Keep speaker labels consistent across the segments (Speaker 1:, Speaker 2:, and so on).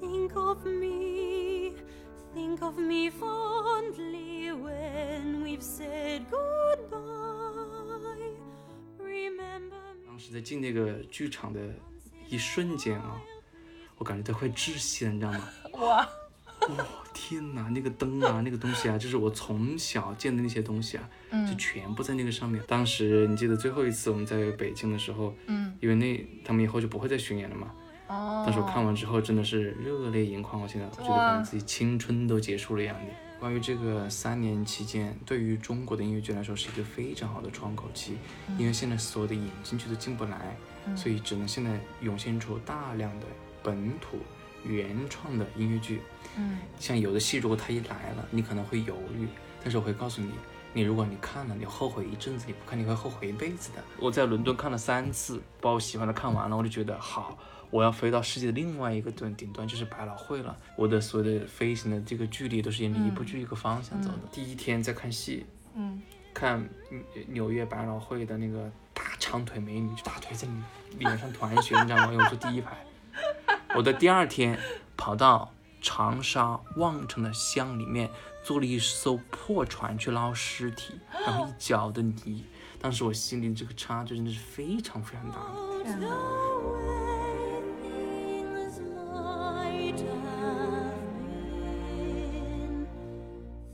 Speaker 1: Think of me, think of me fondly when we've said goodbye. Remember
Speaker 2: 当时在进那个剧场的一瞬间啊，我感觉都快窒息了，你知道吗？
Speaker 3: 哇，
Speaker 2: 哦天哪，那个灯啊， 那个东西啊，就是我从小见的那些东西啊，就
Speaker 3: 嗯
Speaker 2: 全部在那个上面。当时你记得最后一次我们在北京的时候，
Speaker 3: 嗯，
Speaker 2: 因为那他们以后就不会再巡演了嘛。
Speaker 3: 哦，
Speaker 2: 当时我看完之后真的是热泪盈眶，我现在我觉得
Speaker 3: 哇
Speaker 2: 感觉自己青春都结束了一样的。关于这个三年期间，对于中国的音乐剧来说是一个非常好的窗口期，
Speaker 3: 嗯
Speaker 2: 因为现在所有的引进去都进不来，所以只能现在涌现出大量的本土原创的音乐剧。
Speaker 3: 嗯，
Speaker 2: 像有的戏，如果它一来了，你可能会犹豫，但是我会告诉你，你如果你看了，你后悔一阵子，你不看你会后悔一辈子的。我在伦敦看了三次，把我喜欢的看完了，我就觉得好，我要飞到世界的另外一个顶顶端，就是百老汇了。我的所有的飞行的这个距离都是沿着一部剧一个方向走的。第一天在看戏，
Speaker 3: 嗯，
Speaker 2: 看嗯纽约百老汇的那个大长腿美女，大腿在你脸上团旋，你知道吗？因为我坐第一排。我的第二天跑到长沙望城的乡里面，坐了一艘破船去捞尸体，然后一脚的泥。当时我心里这个差距真的是非常非常大的。
Speaker 1: out the way things might have been.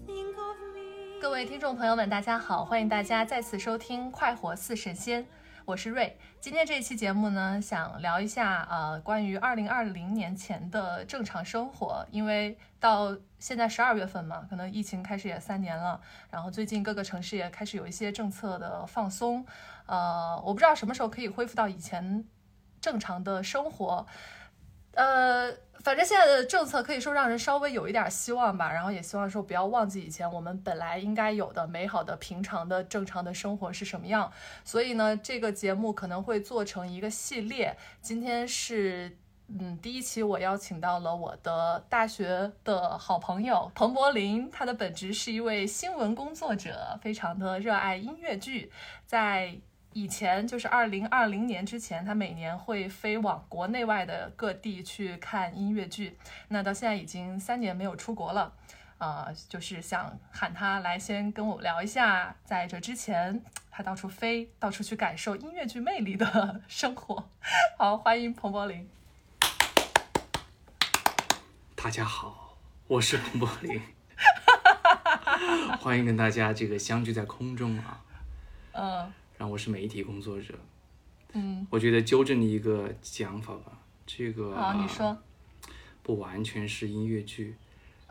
Speaker 1: Think of me.
Speaker 3: 各位听众朋友们，大家好，欢迎大家再次收听《快活似神仙》，我是瑞。今天这一期节目呢，想聊一下呃，关于二零二零年前的正常生活，因为到现在十二月份嘛，可能疫情开始也三年了，然后最近各个城市也开始有一些政策的放松，呃，我不知道什么时候可以恢复到以前正常的生活，呃，反正现在的政策可以说让人稍微有一点希望吧，然后也希望说不要忘记以前我们本来应该有的美好的、平常的、正常的生活是什么样。所以呢，这个节目可能会做成一个系列。今天是嗯第一期，我邀请到了我的大学的好朋友彭柏林，他的本职是一位新闻工作者，非常的热爱音乐剧，在。以前就是二零二零年之前，他每年会飞往国内外的各地去看音乐剧。那到现在已经三年没有出国了，呃，就是想喊他来先跟我聊一下，在这之前他到处飞，到处去感受音乐剧魅力的 生活。好，欢迎彭柏林。
Speaker 2: 大家好，我是彭柏林，欢迎跟大家这个相聚在空中啊。
Speaker 3: 嗯
Speaker 2: 然后我是媒体工作者，
Speaker 3: 嗯，
Speaker 2: 我觉得纠正你一个讲法吧，这个
Speaker 3: 好，你说，
Speaker 2: 不完全是音乐剧，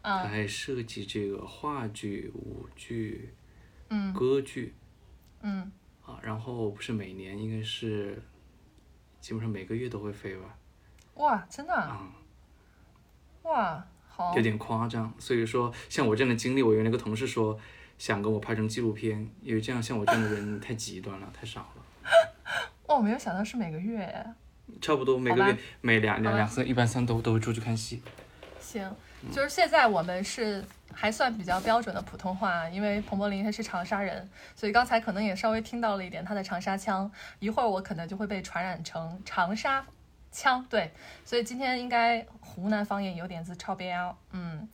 Speaker 2: 它
Speaker 3: 嗯
Speaker 2: 还涉及这个话剧、舞剧、
Speaker 3: 嗯
Speaker 2: 歌剧
Speaker 3: 嗯
Speaker 2: 啊。然后不是每年应该是基本上每个月都会飞吧，
Speaker 3: 哇，真的啊
Speaker 2: 啊、
Speaker 3: 哇，好
Speaker 2: 有，点夸张。所以说，像我这样的经历，我有那个同事说想跟我拍成纪录片，因为这样像我这样的人太极端了，太少了。
Speaker 3: 哦哇，我没有想到是每个月。
Speaker 2: 差不多每个
Speaker 3: 好吧
Speaker 2: 月每两两
Speaker 3: 好吧
Speaker 2: 两三一般三周都会出去看戏。
Speaker 3: 行，就是现在我们是还算比较标准的普通话，啊因为彭柏林他是长沙人，所以刚才可能也稍微听到了一点他的长沙腔，一会儿我可能就会被传染成长沙腔，对，所以今天应该湖南方言有点子超标，嗯，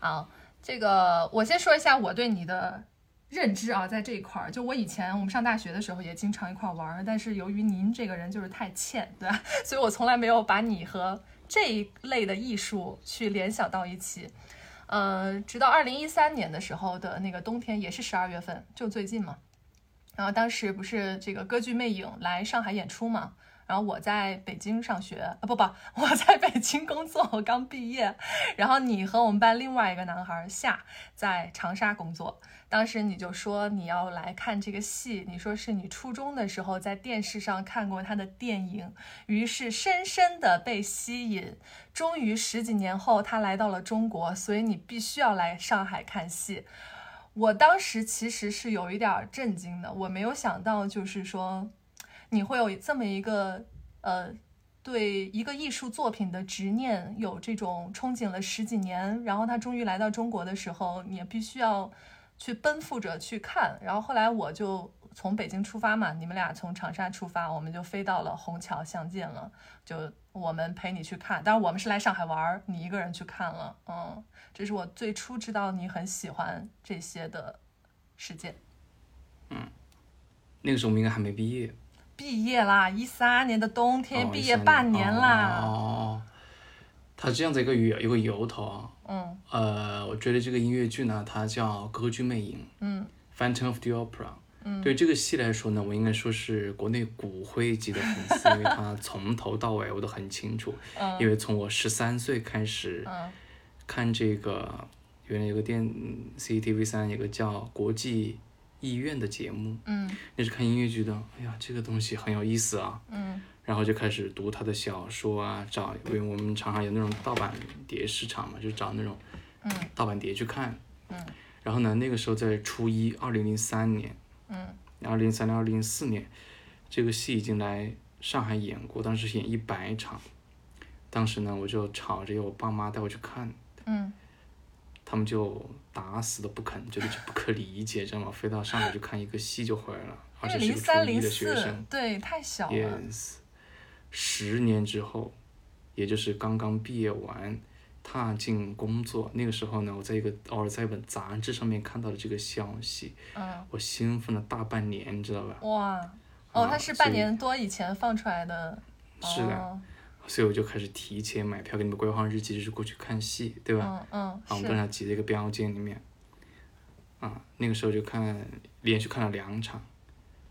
Speaker 3: 好，这个我先说一下我对你的。认知啊，在这一块儿，就我以前我们上大学的时候也经常一块儿玩儿，但是由于您这个人就是太欠，对吧？ 所以我从来没有把你和这一类的艺术去联想到一起。呃，直到二零一三年的时候的那个冬天，也是十二月份，就最近嘛。然后当时不是这个歌剧《魅影》来上海演出嘛，然后我在北京上学，啊不不，我在北京工作，我刚毕业。然后你和我们班另外一个男孩夏在长沙工作，当时你就说你要来看这个戏，你说是你初中的时候在电视上看过他的电影，于是深深的被吸引。终于十几年后，他来到了中国，所以你必须要来上海看戏。我当时其实是有一点儿震惊的，我没有想到，就是说你会有这么一个呃，对一个艺术作品的执念有这种憧憬了十几年，然后他终于来到中国的时候，你也必须要去奔赴着去看。然后后来我就从北京出发嘛，你们俩从长沙出发，我们就飞到了虹桥相见了，就我们陪你去看，当然我们是来上海玩儿，你一个人去看了，嗯，这是我最初知道你很喜欢这些的事件。
Speaker 2: 那个时候我们应该还没毕业，
Speaker 3: 毕业啦，一三年的冬天、
Speaker 2: 哦
Speaker 3: 毕业半年啦，
Speaker 2: 哦哦哦，他这样子一个由有个由头啊，
Speaker 3: 嗯
Speaker 2: 呃，我觉得这个音乐剧呢，它叫《歌剧魅影》，
Speaker 3: 嗯，
Speaker 2: 《Phantom of the Opera》。嗯，对这个戏来说呢，我应该说是国内骨灰级的粉丝，因为 它从头到尾我都很清楚，
Speaker 3: 嗯
Speaker 2: 因为从我十三岁开始，
Speaker 3: 嗯
Speaker 2: 看这个原来有个电 CCTV 三有个叫国际艺院的节目，
Speaker 3: 嗯
Speaker 2: 那是看音乐剧的。哎呀，这个东西很有意思啊。
Speaker 3: 嗯
Speaker 2: 然后就开始读他的小说啊，找因为我们常常有那种盗版碟市场嘛，就找那种
Speaker 3: 嗯
Speaker 2: 盗版碟去看。
Speaker 3: 嗯
Speaker 2: 然后呢，那个时候在初一，二零零三年，
Speaker 3: 嗯
Speaker 2: 二零零三年、二零零四年，这个戏已经来上海演过，当时演一百场。当时呢，我就吵着要我爸妈带我去看，
Speaker 3: 嗯
Speaker 2: 他们就打死都不肯，觉得这不可理解，知道吗？飞到上海去看一个戏就回来了，而
Speaker 3: 因
Speaker 2: 且是
Speaker 3: 为零
Speaker 2: 个初
Speaker 3: 三
Speaker 2: 一
Speaker 3: 零
Speaker 2: 的学
Speaker 3: 四
Speaker 2: 生。
Speaker 3: 对太小了，
Speaker 2: Yes，十年之后，也就是刚刚毕业完，踏进工作那个时候呢，我在一个偶尔在一本杂志上面看到了这个消息，
Speaker 3: 嗯
Speaker 2: 我兴奋了大半年，你知道吧？
Speaker 3: 哇哦，
Speaker 2: 啊
Speaker 3: 它是
Speaker 2: 所
Speaker 3: 半。
Speaker 2: 以
Speaker 3: 年多以前放出来的，
Speaker 2: 是的
Speaker 3: 哦
Speaker 2: 所以我就开始提前买票，给你们规划日期，就是过去看戏，对吧？
Speaker 3: 嗯嗯
Speaker 2: 啊，我们刚
Speaker 3: 是
Speaker 2: 才挤在一个标间里面，啊，那个时候就看连续看了两场，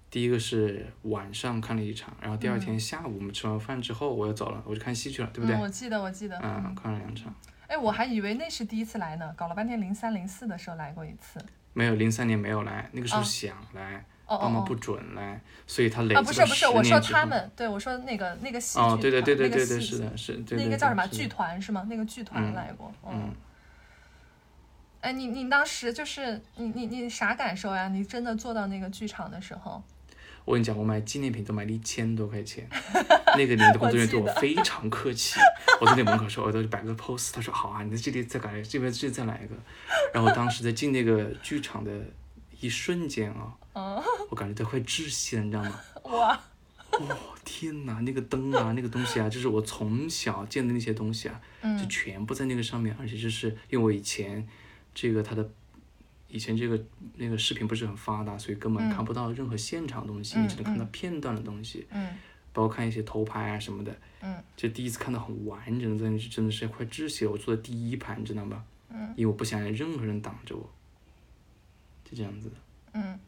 Speaker 2: 第一个是晚上看了一场，然后第二天下午我们吃完饭之后我又走了，我就看戏去了，对不对
Speaker 3: 嗯嗯，？我记得我记得，
Speaker 2: 啊，
Speaker 3: 嗯，
Speaker 2: 看了两场，
Speaker 3: 哎，我还以为那是第一次来呢，搞了半天零三零四的时候来过一次，
Speaker 2: 没有零三年没有来，那个时候
Speaker 3: 哦
Speaker 2: 想来，
Speaker 3: 哦
Speaker 2: 爸妈
Speaker 3: 哦
Speaker 2: 不
Speaker 3: 哦。
Speaker 2: 准来，所以他累积
Speaker 3: 啊，
Speaker 2: 了
Speaker 3: 不是不是，
Speaker 2: 10
Speaker 3: 我说
Speaker 2: 年之
Speaker 3: 他
Speaker 2: 后。
Speaker 3: 们，对我说那个那个戏剧团，
Speaker 2: 哦，对对对对
Speaker 3: 那个
Speaker 2: 对对，
Speaker 3: 戏
Speaker 2: 是的，是，对对
Speaker 3: 那
Speaker 2: 对
Speaker 3: 应该叫什么
Speaker 2: 是的
Speaker 3: 剧团是吗？那个剧团
Speaker 2: 嗯
Speaker 3: 来过。
Speaker 2: 嗯，
Speaker 3: 哎，你你当时就是你你你啥感受呀？你真的坐到那个剧场的时候，
Speaker 2: 我跟你讲，我买纪念品都买了一千多块 钱，那个领的工作人员对我非常客气。我在那门口说，我都摆个 pose，他说好啊，你在这里再来，这边这再来一个。然后我当时在进那个剧场的一瞬间啊、
Speaker 3: 嗯，
Speaker 2: 我感觉都快窒息了，你知道吗？
Speaker 3: 哇，
Speaker 2: 哦，天哪，那个灯啊，那个东西啊，就是我从小见的那些东西啊，就
Speaker 3: 嗯
Speaker 2: 全部在那个上面，而且就是因为我以前这个它的以前这个那个视频不是很发达，所以根本
Speaker 3: 嗯
Speaker 2: 看不到任何现场的东西，
Speaker 3: 嗯
Speaker 2: 你只能看到
Speaker 3: 嗯
Speaker 2: 片段的东西，
Speaker 3: 嗯
Speaker 2: 包括看一些头牌啊什么的。
Speaker 3: 嗯，
Speaker 2: 就第一次看到很完整的东西，真的是快窒息了。我坐在第一排，你知道吗？
Speaker 3: 嗯，
Speaker 2: 因为我不想让任何人挡着我，就这样子的。
Speaker 3: 嗯。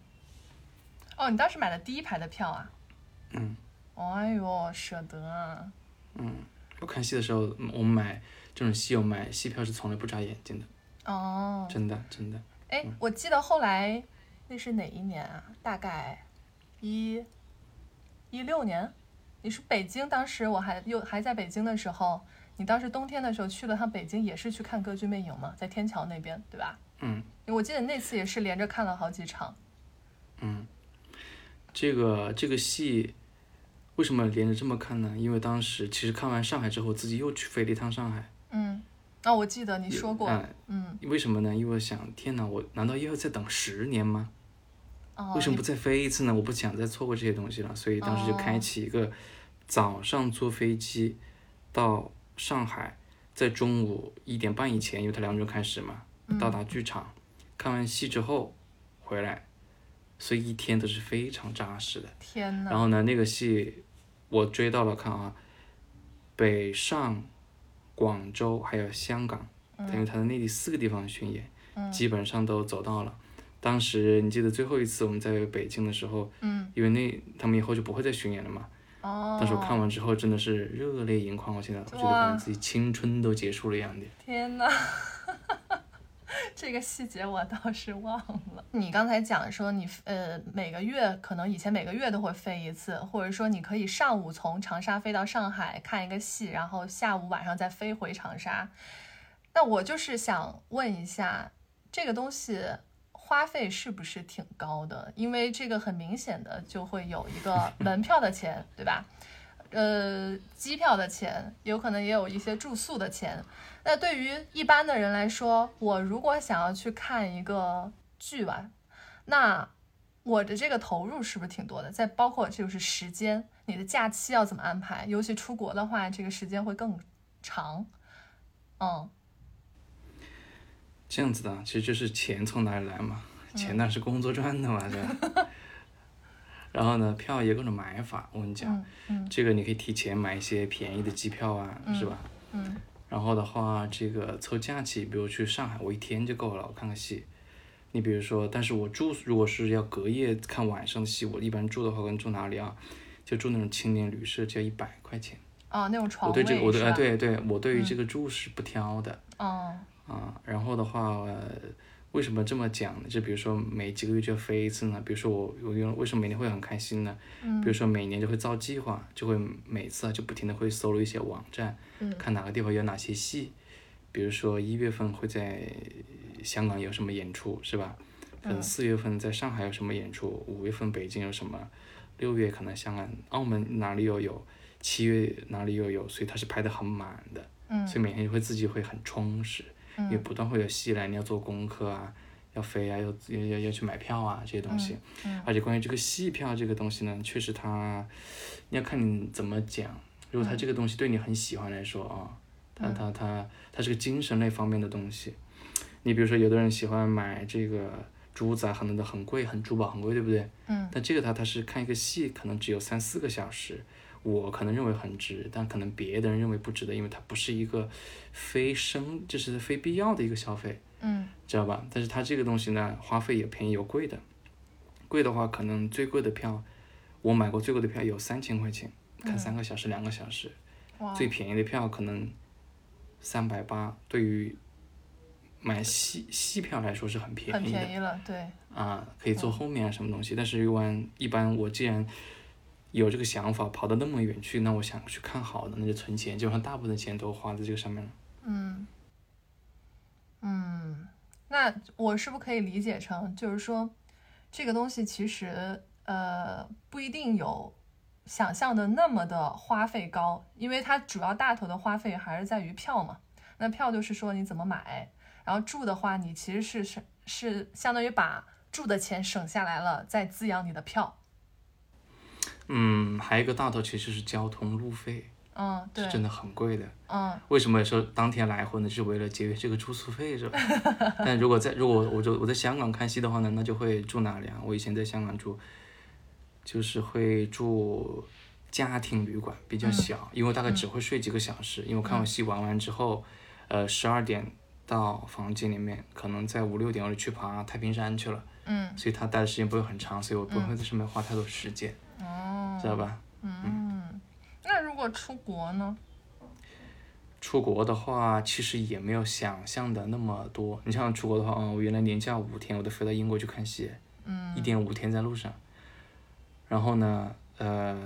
Speaker 3: 哦，你当时买的第一排的票啊？
Speaker 2: 嗯。
Speaker 3: 哎呦，舍得啊！
Speaker 2: 我看戏的时候，嗯我们买这种戏，我买戏票是从来不眨眼睛的，
Speaker 3: 哦，
Speaker 2: 真的真的。
Speaker 3: 哎，我记得后来那是哪一年啊？大概一一六年。你是北京，当时我还又还在北京的时候，你当时冬天的时候去了趟北京，也是去看《歌剧魅影》嘛，在天桥那边，对吧？
Speaker 2: 嗯
Speaker 3: 我记得那次也是连着看了好几场。
Speaker 2: 嗯，这个这个戏为什么连着这么看呢？因为当时其实看完上海之后，自己又去飞了一趟上海。
Speaker 3: 嗯，那、我记得你说过，
Speaker 2: 哎
Speaker 3: 嗯，
Speaker 2: 为什么呢？因为我想，天哪，我难道又要再等十年吗？
Speaker 3: 哦，
Speaker 2: 为什么不再飞一次呢？我不想再错过这些东西了，所以当时就
Speaker 3: 哦
Speaker 2: 开启一个早上坐飞机到上海，在中午一点半以前，因为它两点钟开始嘛，
Speaker 3: 嗯
Speaker 2: 到达剧场，看完戏之后回来，所以一天都是非常扎实的。
Speaker 3: 天
Speaker 2: 然
Speaker 3: 呐，
Speaker 2: 后呢，那个戏我追到了，看啊，北上、广州还有香港，
Speaker 3: 嗯
Speaker 2: 等于他在内地四个地方巡演，基本上都走到了。当时你记得最后一次我们在北京的时候，
Speaker 3: 嗯，
Speaker 2: 因为那他们以后就不会再巡演了嘛。
Speaker 3: 哦，
Speaker 2: 当时我看完之后真的是热泪盈眶，我现在我觉得感觉自己青春都结束了一样的。
Speaker 3: 天呐，这个细节我倒是忘了。你刚才讲说你呃每个月可能以前每个月都会飞一次，或者说你可以上午从长沙飞到上海看一个戏，然后下午晚上再飞回长沙。那我就是想问一下，这个东西花费是不是挺高的？因为这个很明显的就会有一个门票的钱，对吧？呃，机票的钱，有可能也有一些住宿的钱。那对于一般的人来说，我如果想要去看一个剧吧，那我的这个投入是不是挺多的？再包括就是时间，你的假期要怎么安排？尤其出国的话，这个时间会更长。嗯，
Speaker 2: 这样子的啊，其实就是钱从哪里来嘛，
Speaker 3: 嗯
Speaker 2: 钱那是工作赚的嘛，对吧？ 然后呢，票也有各种买法，我跟你讲，这个你可以提前买一些便宜的机票啊，是吧？
Speaker 3: 嗯嗯。
Speaker 2: 然后的话，这个凑假期，比如去上海，我一天就够了，我看个戏。你比如说，但是我住如果是要隔夜看晚上的戏，我一般住的话，我跟住哪里啊？就住那种青年旅社，只要一百块钱。
Speaker 3: 啊，那种床
Speaker 2: 我
Speaker 3: 位
Speaker 2: 对这个，我对
Speaker 3: 是
Speaker 2: 啊，
Speaker 3: 吧？
Speaker 2: 对对，我对于这个住是不挑的。
Speaker 3: 嗯
Speaker 2: 啊，然后的话、呃为什么这么讲呢？就比如说每几个月就要飞一次呢？比如说我我用为什么每年会很开心呢？比如说每年就会造计划，就会每次啊就不停的会搜罗一些网站，看哪个地方有哪些戏，比如说一月份会在香港有什么演出是吧？可能四月份在上海有什么演出，五月份北京有什么，六月可能香港、澳门哪里又有，七月哪里又有，所以它是排的很满的，所以每天就会自己会很充实。也不断会有戏来，你要做功课啊，要飞啊，要要要要去买票啊这些东西。而且关于这个戏票这个东西呢，确实它，你要看你怎么讲。如果它这个东西对你很喜欢来说啊、它它它它是个精神类方面的东西。你比如说，有的人喜欢买这个珠子啊，很多的很贵，很珠宝很贵，对不对？
Speaker 3: 嗯。
Speaker 2: 但这个它它是看一个戏，可能只有三四个小时。我可能认为很值，但可能别的人认为不值得，因为它不是一个非生，就是非必要的一个消费，
Speaker 3: 嗯
Speaker 2: 知道吧？但是它这个东西呢，花费也便宜有贵的，贵的话可能最贵的票，我买过最贵的票有三千块钱，看三个小时、两个小时，
Speaker 3: 哇
Speaker 2: 最便宜的票可能三百八，对于买戏戏票来说是很便
Speaker 3: 很
Speaker 2: 宜的。
Speaker 3: 便宜了，对，
Speaker 2: 啊，可以坐后面啊，什么东西。但是一般一般，我既然有这个想法，跑到那么远去，那我想去看好的，那就存钱，基本上大部分的钱都花在这个上面了。
Speaker 3: 嗯嗯，那我是不是可以理解成，就是说这个东西其实呃不一定有想象的那么的花费高，因为它主要大头的花费还是在于票嘛。那票就是说你怎么买，然后住的话，你其实是是是相当于把住的钱省下来了，再滋养你的票。
Speaker 2: 嗯，还有一个大头其实是交通路费，
Speaker 3: 嗯，对
Speaker 2: 是，真的很贵的。
Speaker 3: 嗯
Speaker 2: 为什么说当天来回呢？就是为了节约这个住宿费，是吧？ 但如果在如果我就我在香港看戏的话呢，那就会住哪里啊？我以前在香港住，就是会住家庭旅馆，比较小，
Speaker 3: 嗯
Speaker 2: 因为大概只会睡几个小时。因为我看完戏玩完之后，呃，十二点到房间里面，可能在五六点我就去爬太平山去了，
Speaker 3: 嗯
Speaker 2: 所以他待的时间不会很长，所以我不会在上面花太多时间，
Speaker 3: 哦
Speaker 2: 知道吧？
Speaker 3: 嗯，那如果出国呢？
Speaker 2: 出国的话，其实也没有想象的那么多。你像出国的话，嗯，我原来年假五天，我都飞到英国去看戏，嗯，一点五天在路上。然后呢，呃，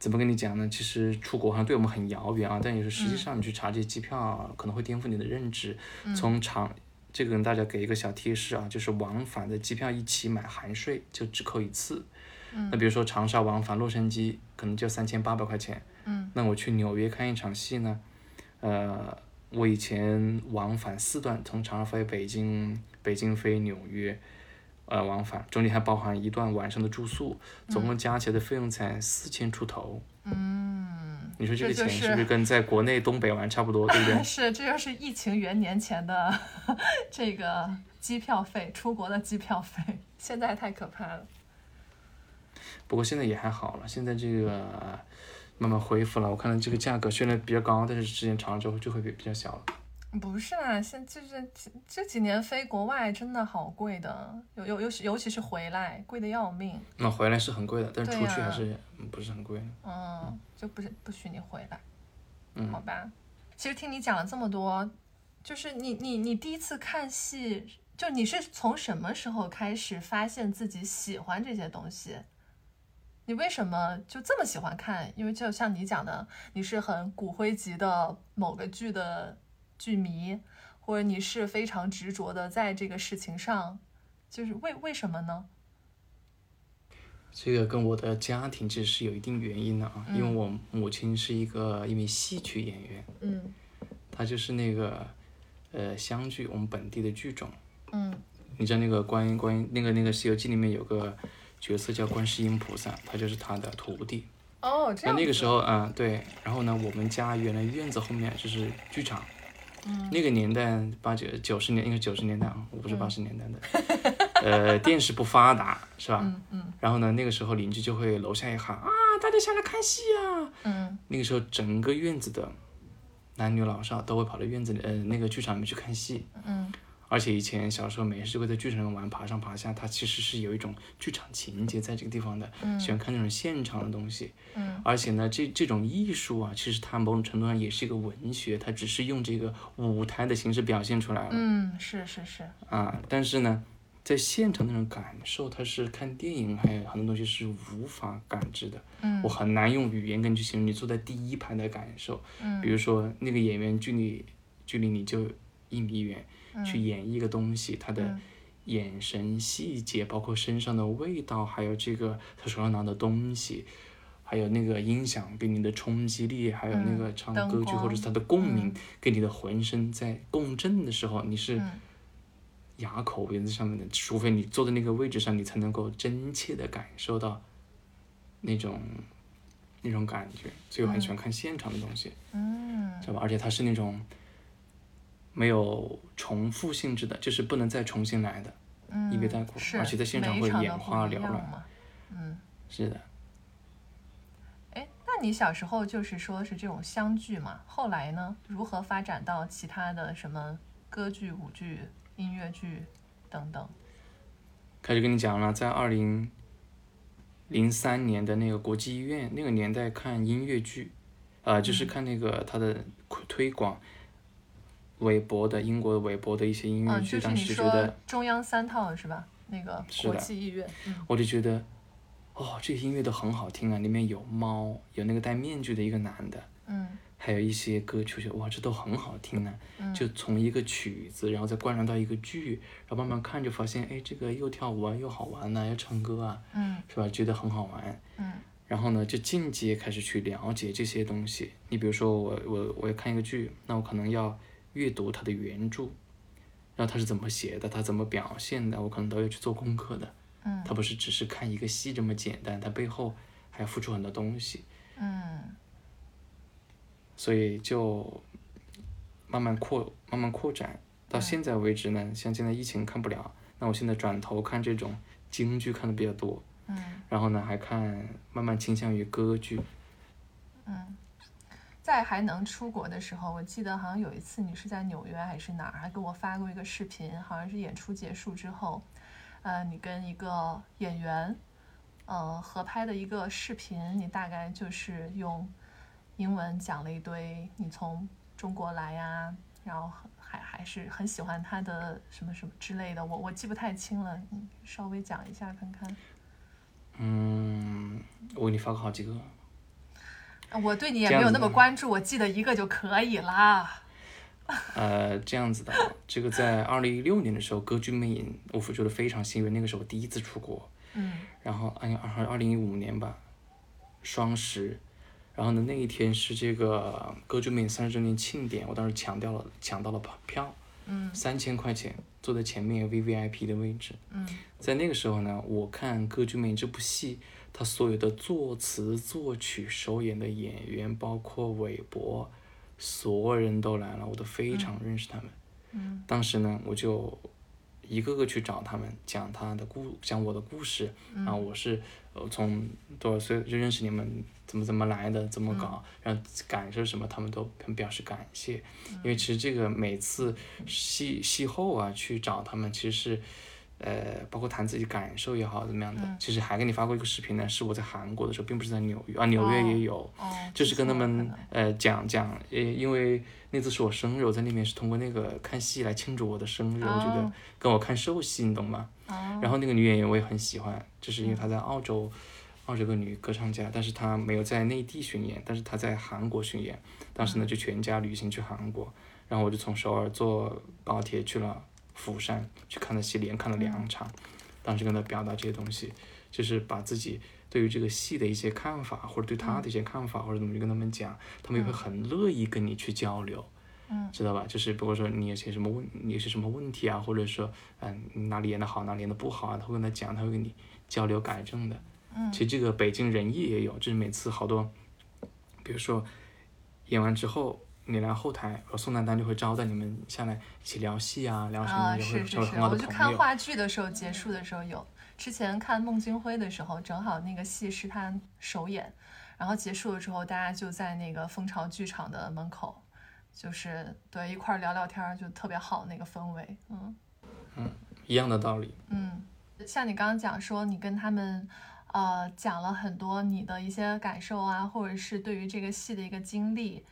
Speaker 2: 怎么跟你讲呢？其实出国好像对我们很遥远啊，但也是实际上你去查这些机票啊、可能会颠覆你的认知。从长，这个跟大家给一个小贴士啊，就是往返的机票一起买含税，就只扣一次。那比如说长沙往返洛杉矶，可能就三千八百块钱。那我去纽约看一场戏呢，呃，我以前往返四段，从长沙飞北京，北京飞纽约，呃，往返中间还包含一段晚上的住宿，总共加起来的费用才四千出头。嗯，你说这个
Speaker 3: 这就
Speaker 2: 钱
Speaker 3: 是
Speaker 2: 是不是跟在国内东北玩差不多，对不 对？
Speaker 3: 是，这就是疫情元年前的 这个机票费，出国的机票费，现在太可怕了。
Speaker 2: 不过现在也还好了，现在这个呃慢慢恢复了。我看到这个价格虽然比较高，但是时间长了之后就会比比较小了。
Speaker 3: 不是啊，现就是这这几年飞国外真的好贵的，尤尤尤其尤其是回来贵的要命，
Speaker 2: 那回来是很贵的，但是出
Speaker 3: 对
Speaker 2: 去
Speaker 3: 呀
Speaker 2: 还是不是很贵。
Speaker 3: 嗯，就不是不许你回来，
Speaker 2: 嗯
Speaker 3: 好吧？其实听你讲了这么多，就是你你你第一次看戏，就你是从什么时候开始发现自己喜欢这些东西？你为什么就这么喜欢看？因为就像你讲的，你是很骨灰级的某个剧的剧迷，或者你是非常执着的在这个事情上，就是为为什么呢？
Speaker 2: 这个跟我的家庭其实是有一定原因的啊，因为我母亲是一个一名戏曲演员，
Speaker 3: 嗯
Speaker 2: 她就是那个呃湘剧我们本地的剧种，
Speaker 3: 嗯
Speaker 2: 你知道那个观观音那个那个《西游记》里面有个角色叫观世音菩萨，他就是他的徒弟。
Speaker 3: 哦，这
Speaker 2: 那
Speaker 3: 样
Speaker 2: 那个时
Speaker 3: 候
Speaker 2: 候，嗯、对。然后呢，我们家原来院子后面就是剧场。那个年代八九九十年，应该九十年代啊，我不是八十年代的。呃，电视不发达，是吧？嗯嗯。然后呢，那个时候邻居就会楼下一喊啊，大家下来看戏啊。
Speaker 3: 嗯。
Speaker 2: 那个时候，整个院子的男女老少都会跑到院子里，呃，那个剧场里面去看戏。
Speaker 3: 嗯。
Speaker 2: 而且以前小时候没事就会在剧场上玩，爬上爬下，它其实是有一种剧场情节在这个地方的，喜欢看那种现场的东西。而且呢，这这种艺术啊，其实它某种程度上也是一个文学，它只是用这个舞台的形式表现出来了、
Speaker 3: 嗯，是是是，
Speaker 2: 啊。但是呢，在现场那种感受，它是看电影还有很多东西是无法感知的。
Speaker 3: 嗯
Speaker 2: 我很难用语言跟你去形容你坐在第一排的感受。
Speaker 3: 嗯
Speaker 2: 比如说那个演员距离距离你就一米远，去演绎一个东西，他的
Speaker 3: 嗯
Speaker 2: 眼神细节，包括身上的味道，还有这个他手上拿的东西，还有那个音响给你的冲击力，还有那个唱
Speaker 3: 嗯灯
Speaker 2: 歌剧或者是
Speaker 3: 光嗯
Speaker 2: 他的共鸣给你的浑身在共振的时候，你是
Speaker 3: 嗯
Speaker 2: 哑口无言在上面的，除非你坐在那个位置上，你才能够真切的感受到那种那种感觉。所以我很喜欢看现场的东西，
Speaker 3: 嗯
Speaker 2: 知道吧？而且它是那种没有重复性质的，就是不能再重新来的，
Speaker 3: 嗯，
Speaker 2: 一笔带过
Speaker 3: 是
Speaker 2: 而且在现
Speaker 3: 每
Speaker 2: 场
Speaker 3: 一
Speaker 2: 会
Speaker 3: 都
Speaker 2: 眼
Speaker 3: 不
Speaker 2: 花
Speaker 3: 一
Speaker 2: 缭
Speaker 3: 样
Speaker 2: 乱
Speaker 3: 嘛嗯，
Speaker 2: 是的。
Speaker 3: 哎，那你小时候就是说是这种湘剧嘛？后来呢，如何发展到其他的什么歌剧、舞剧、音乐剧等等？
Speaker 2: 开始跟你讲了，在二零零三年的那个国际医院那个年代看音乐剧，啊、
Speaker 3: 嗯
Speaker 2: 就是看那个它的推广，韦伯的英国韦伯的一些音乐
Speaker 3: 嗯，
Speaker 2: 剧，
Speaker 3: 就是
Speaker 2: 当
Speaker 3: 你
Speaker 2: 时觉得
Speaker 3: 说中央三套是吧？那个
Speaker 2: 是
Speaker 3: 国
Speaker 2: 的
Speaker 3: 际艺院，嗯
Speaker 2: 我就觉得，哦，这些音乐都很好听啊，里面有猫，有那个戴面具的一个男的，
Speaker 3: 嗯
Speaker 2: 还有一些歌曲，我觉得哇，这都很好听呢、
Speaker 3: 嗯
Speaker 2: 就从一个曲子，然后再灌染到一个剧，然后慢慢看就发现，哎，这个又跳舞啊，又好玩呐、又唱歌啊，
Speaker 3: 嗯
Speaker 2: 是吧？觉得很好玩。
Speaker 3: 嗯
Speaker 2: 然后呢，就进阶开始去了解这些东西。你比如说我我我要看一个剧，那我可能要阅读它的原著，然后它是怎么写的，它怎么表现的，我可能都要去做功课的。
Speaker 3: 嗯
Speaker 2: 它不是只是看一个戏这么简单，它背后还要付出很多东西，
Speaker 3: 嗯
Speaker 2: 所以就慢慢扩慢慢扩展。到现在为止呢，像现在疫情看不了，那我现在转头看这种京剧看的比较多，
Speaker 3: 嗯
Speaker 2: 然后呢还看慢慢倾向于歌剧。
Speaker 3: 嗯。在还能出国的时候，我记得好像有一次你是在纽约还是哪儿，还给我发过一个视频，好像是演出结束之后，呃，你跟一个演员，呃，合拍的一个视频，你大概就是用英文讲了一堆你从中国来呀、然后还还是很喜欢他的什么什么之类的，我我记不太清了，你稍微讲一下看看。
Speaker 2: 嗯，我给你发过好几个。
Speaker 3: 我对你也
Speaker 2: 这样
Speaker 3: 没有
Speaker 2: 子
Speaker 3: 那么
Speaker 2: 吗
Speaker 3: 关注，我记得一个就可以啦。
Speaker 2: 呃，这样子的啊，这个在二零一六年的时候，《歌剧魅影》，我觉得非常幸运，那个时候我第一次出国。
Speaker 3: 嗯
Speaker 2: 然后哎呀，二二零一五年吧，双十，然后呢那一天是这个《歌剧魅影》三十周年庆典，我当时抢掉了抢到了票，
Speaker 3: 嗯
Speaker 2: 三千块钱，坐在前面 V V I P 的位置。
Speaker 3: 嗯
Speaker 2: 在那个时候呢，我看《歌剧魅影》这部戏，它所有的作词、作曲、首演的演员，包括韦伯，所有人都来了，我都非常认识他们。
Speaker 3: 嗯
Speaker 2: 当时呢，我就一个个去找他们，讲他的故，讲我的故事。
Speaker 3: 嗯
Speaker 2: 啊，我是呃从多少岁就认识你们，怎么怎么来的，怎么搞，
Speaker 3: 嗯
Speaker 2: 然后感受什么，他们都很表示感谢。
Speaker 3: 嗯
Speaker 2: 因为其实这个每次戏戏后啊去找他们，其实是。呃，包括谈自己感受也好，怎么样的，
Speaker 3: 嗯
Speaker 2: 其实还给你发过一个视频呢，是我在韩国的时候，并不是在纽约啊，纽约也有，
Speaker 3: 哦，
Speaker 2: 就是跟他
Speaker 3: 记
Speaker 2: 们
Speaker 3: 错了
Speaker 2: 呃讲讲，呃，因为那次是我生日，我在那边是通过那个看戏来庆祝我的生日，我觉
Speaker 3: 哦
Speaker 2: 得跟我看寿戏，你懂吗？
Speaker 3: 可能哦，嗯
Speaker 2: 然后那个女演员我也很喜欢，就是因为她在澳洲，澳洲有个女歌唱家，但是她没有在内地巡演，但是她在韩国巡演。当
Speaker 3: 嗯
Speaker 2: 时呢，就全家旅行去韩国，然后我就从首尔坐高铁去了釜山，去看了戏，连看了两
Speaker 3: 嗯
Speaker 2: 场。当时跟她表达这些东西，就是把自己对于这个戏的一些看法，或者对她的一些看法，或者怎么去跟他们讲，他们也会很乐意跟你去交流。
Speaker 3: 嗯
Speaker 2: 知道吧？就是比如说你有些什么问，你有些什么问题啊，或者说嗯你哪里演的好，哪里演的不好啊，他会跟他讲，他会跟你交流改正的。
Speaker 3: 嗯
Speaker 2: 其实这个北京人艺也有，就是每次好多，比如说演完之后，你来后台，呃宋丹丹就会招待你们下来一起聊戏啊，聊什么
Speaker 3: 啊，
Speaker 2: 的，也
Speaker 3: 是
Speaker 2: 会
Speaker 3: 是
Speaker 2: 成为
Speaker 3: 是，
Speaker 2: 很好
Speaker 3: 我
Speaker 2: 的
Speaker 3: 去
Speaker 2: 朋
Speaker 3: 看
Speaker 2: 友。
Speaker 3: 话剧的时候，结束的时候有。之前看孟京辉的时候，正好那个戏是他首演，然后结束了之后，大家就在那个蜂巢剧场的门口，就是对一块儿聊聊天，儿，就特别好那个氛围。嗯
Speaker 2: 一样的道理，
Speaker 3: 嗯，像你刚刚讲说，你跟他们。呃，讲了很多你的一些感受啊，或者是对于这个戏的一个经历，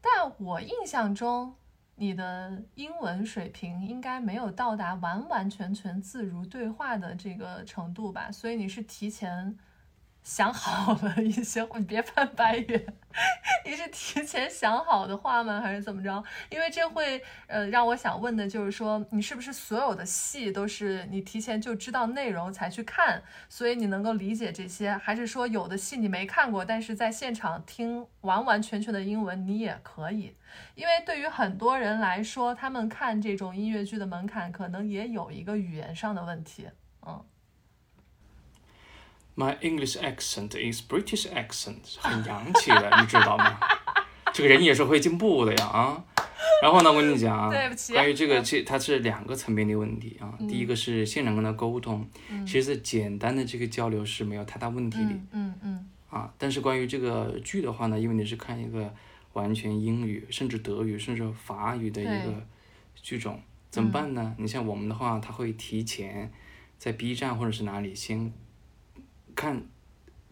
Speaker 3: 但我印象中，你的英文水平应该没有到达完完全全自如对话的这个程度吧？所以你是提前想好了一些， 你别翻白眼， 你是提前想好的话吗？还是怎么着？因为这会呃让我想问的就是说，你是不是所有的戏都是你提前就知道内容才去看，所以你能够理解这些，还是说有的戏你没看过，但是在现场听完完全全的英文你也可以？因为对于很多人来说，他们看这种音乐剧的门槛可能也有一个语言上的问题。嗯，
Speaker 4: My English accent is British accent，很洋气的，你知道吗？
Speaker 2: 这个人也是会进步的呀啊。然后呢，我跟你讲啊，
Speaker 3: 对不起
Speaker 2: 关于这个，其实它是两个层面的问题啊。第一个是现场跟他沟通，其实简单的这个交流是没有太大问题的。
Speaker 3: 嗯嗯嗯
Speaker 2: 啊，但是关于这个剧的话呢，因为你是看一个完全英语，甚至德语，甚至法语的一
Speaker 3: 对
Speaker 2: 个剧种，怎么办呢？你像我们的话，他会提前在 B 站或者是哪里先看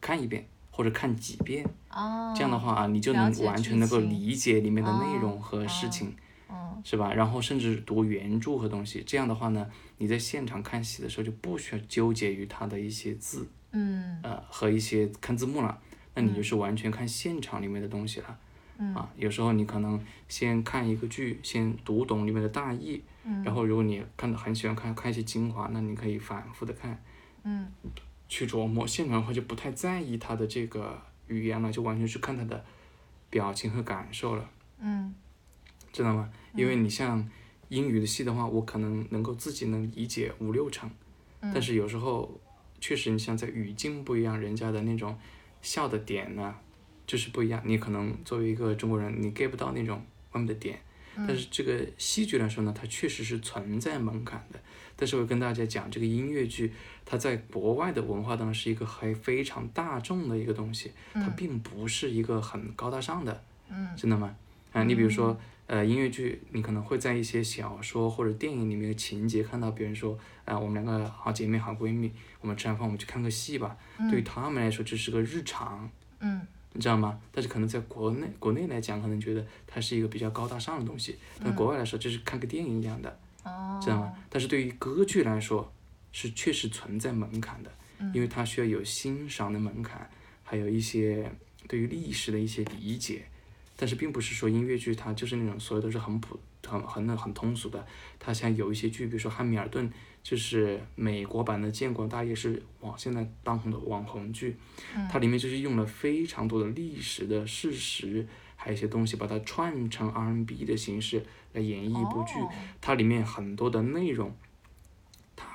Speaker 2: 看一遍或者看几遍，
Speaker 3: 哦，
Speaker 2: 这样的话啊，你就
Speaker 3: 了
Speaker 2: 能
Speaker 3: 解
Speaker 2: 完
Speaker 3: 剧
Speaker 2: 全能够
Speaker 3: 情
Speaker 2: 理解里面的内
Speaker 3: 哦
Speaker 2: 容和事情，
Speaker 3: 嗯
Speaker 2: 是吧？然后甚至读原著和东西，这样的话呢，你在现场看戏的时候就不需要纠结于它的一些字。
Speaker 3: 嗯
Speaker 2: 呃和一些看字幕了，那你就是完全看现场里面的东西了。
Speaker 3: 嗯
Speaker 2: 啊，有时候你可能先看一个剧，先读懂里面的大意，
Speaker 3: 嗯
Speaker 2: 然后如果你看的很喜欢看看一些精华，那你可以反复的看，
Speaker 3: 嗯
Speaker 2: 去琢磨。现场的话就不太在意它的这个语言了，就完全是看他的表情和感受了，
Speaker 3: 嗯
Speaker 2: 知道吗？因为你像英语的戏的话，我可能能够自己能理解五六成。
Speaker 3: 嗯，
Speaker 2: 但是有时候确实，你像在语境不一样，人家的那种笑的点呢、就是不一样。你可能作为一个中国人，你 get 不到那种外面的点。
Speaker 3: 嗯
Speaker 2: 但是这个戏剧来说呢，它确实是存在门槛的。但是我跟大家讲，这个音乐剧它在国外的文化当中是一个还非常大众的一个东西，它
Speaker 3: 嗯
Speaker 2: 并不是一个很高大上的，
Speaker 3: 嗯
Speaker 2: 真的吗？啊，你比如说，呃，音乐剧，你可能会在一些小说或者电影里面的情节看到别人说，啊、我们两个好姐妹、好闺蜜，我们吃完饭我们去看个戏吧。对于他们来说，这是个日常，
Speaker 3: 嗯
Speaker 2: 你知道吗？但是可能在国内国内来讲，可能觉得它是一个比较高大上的东西，
Speaker 3: 嗯
Speaker 2: 但国外来说，就是看个电影一样的。
Speaker 3: 哦，
Speaker 2: 知道吗？但是对于歌剧来说，是确实存在门槛的，因为它需要有欣赏的门槛，还有一些对于历史的一些理解。但是并不是说音乐剧它就是那种所有都是很普、很很很通俗的。它像有一些剧，比如说《汉密尔顿》，就是美国版的《建国大业》，是网现在当红的网红剧，
Speaker 3: 嗯
Speaker 2: 它里面就是用了非常多的历史的事实，还有一些东西，把它串成 R&B 的形式来演绎一部剧。
Speaker 3: 哦
Speaker 2: 它里面很多的内容，它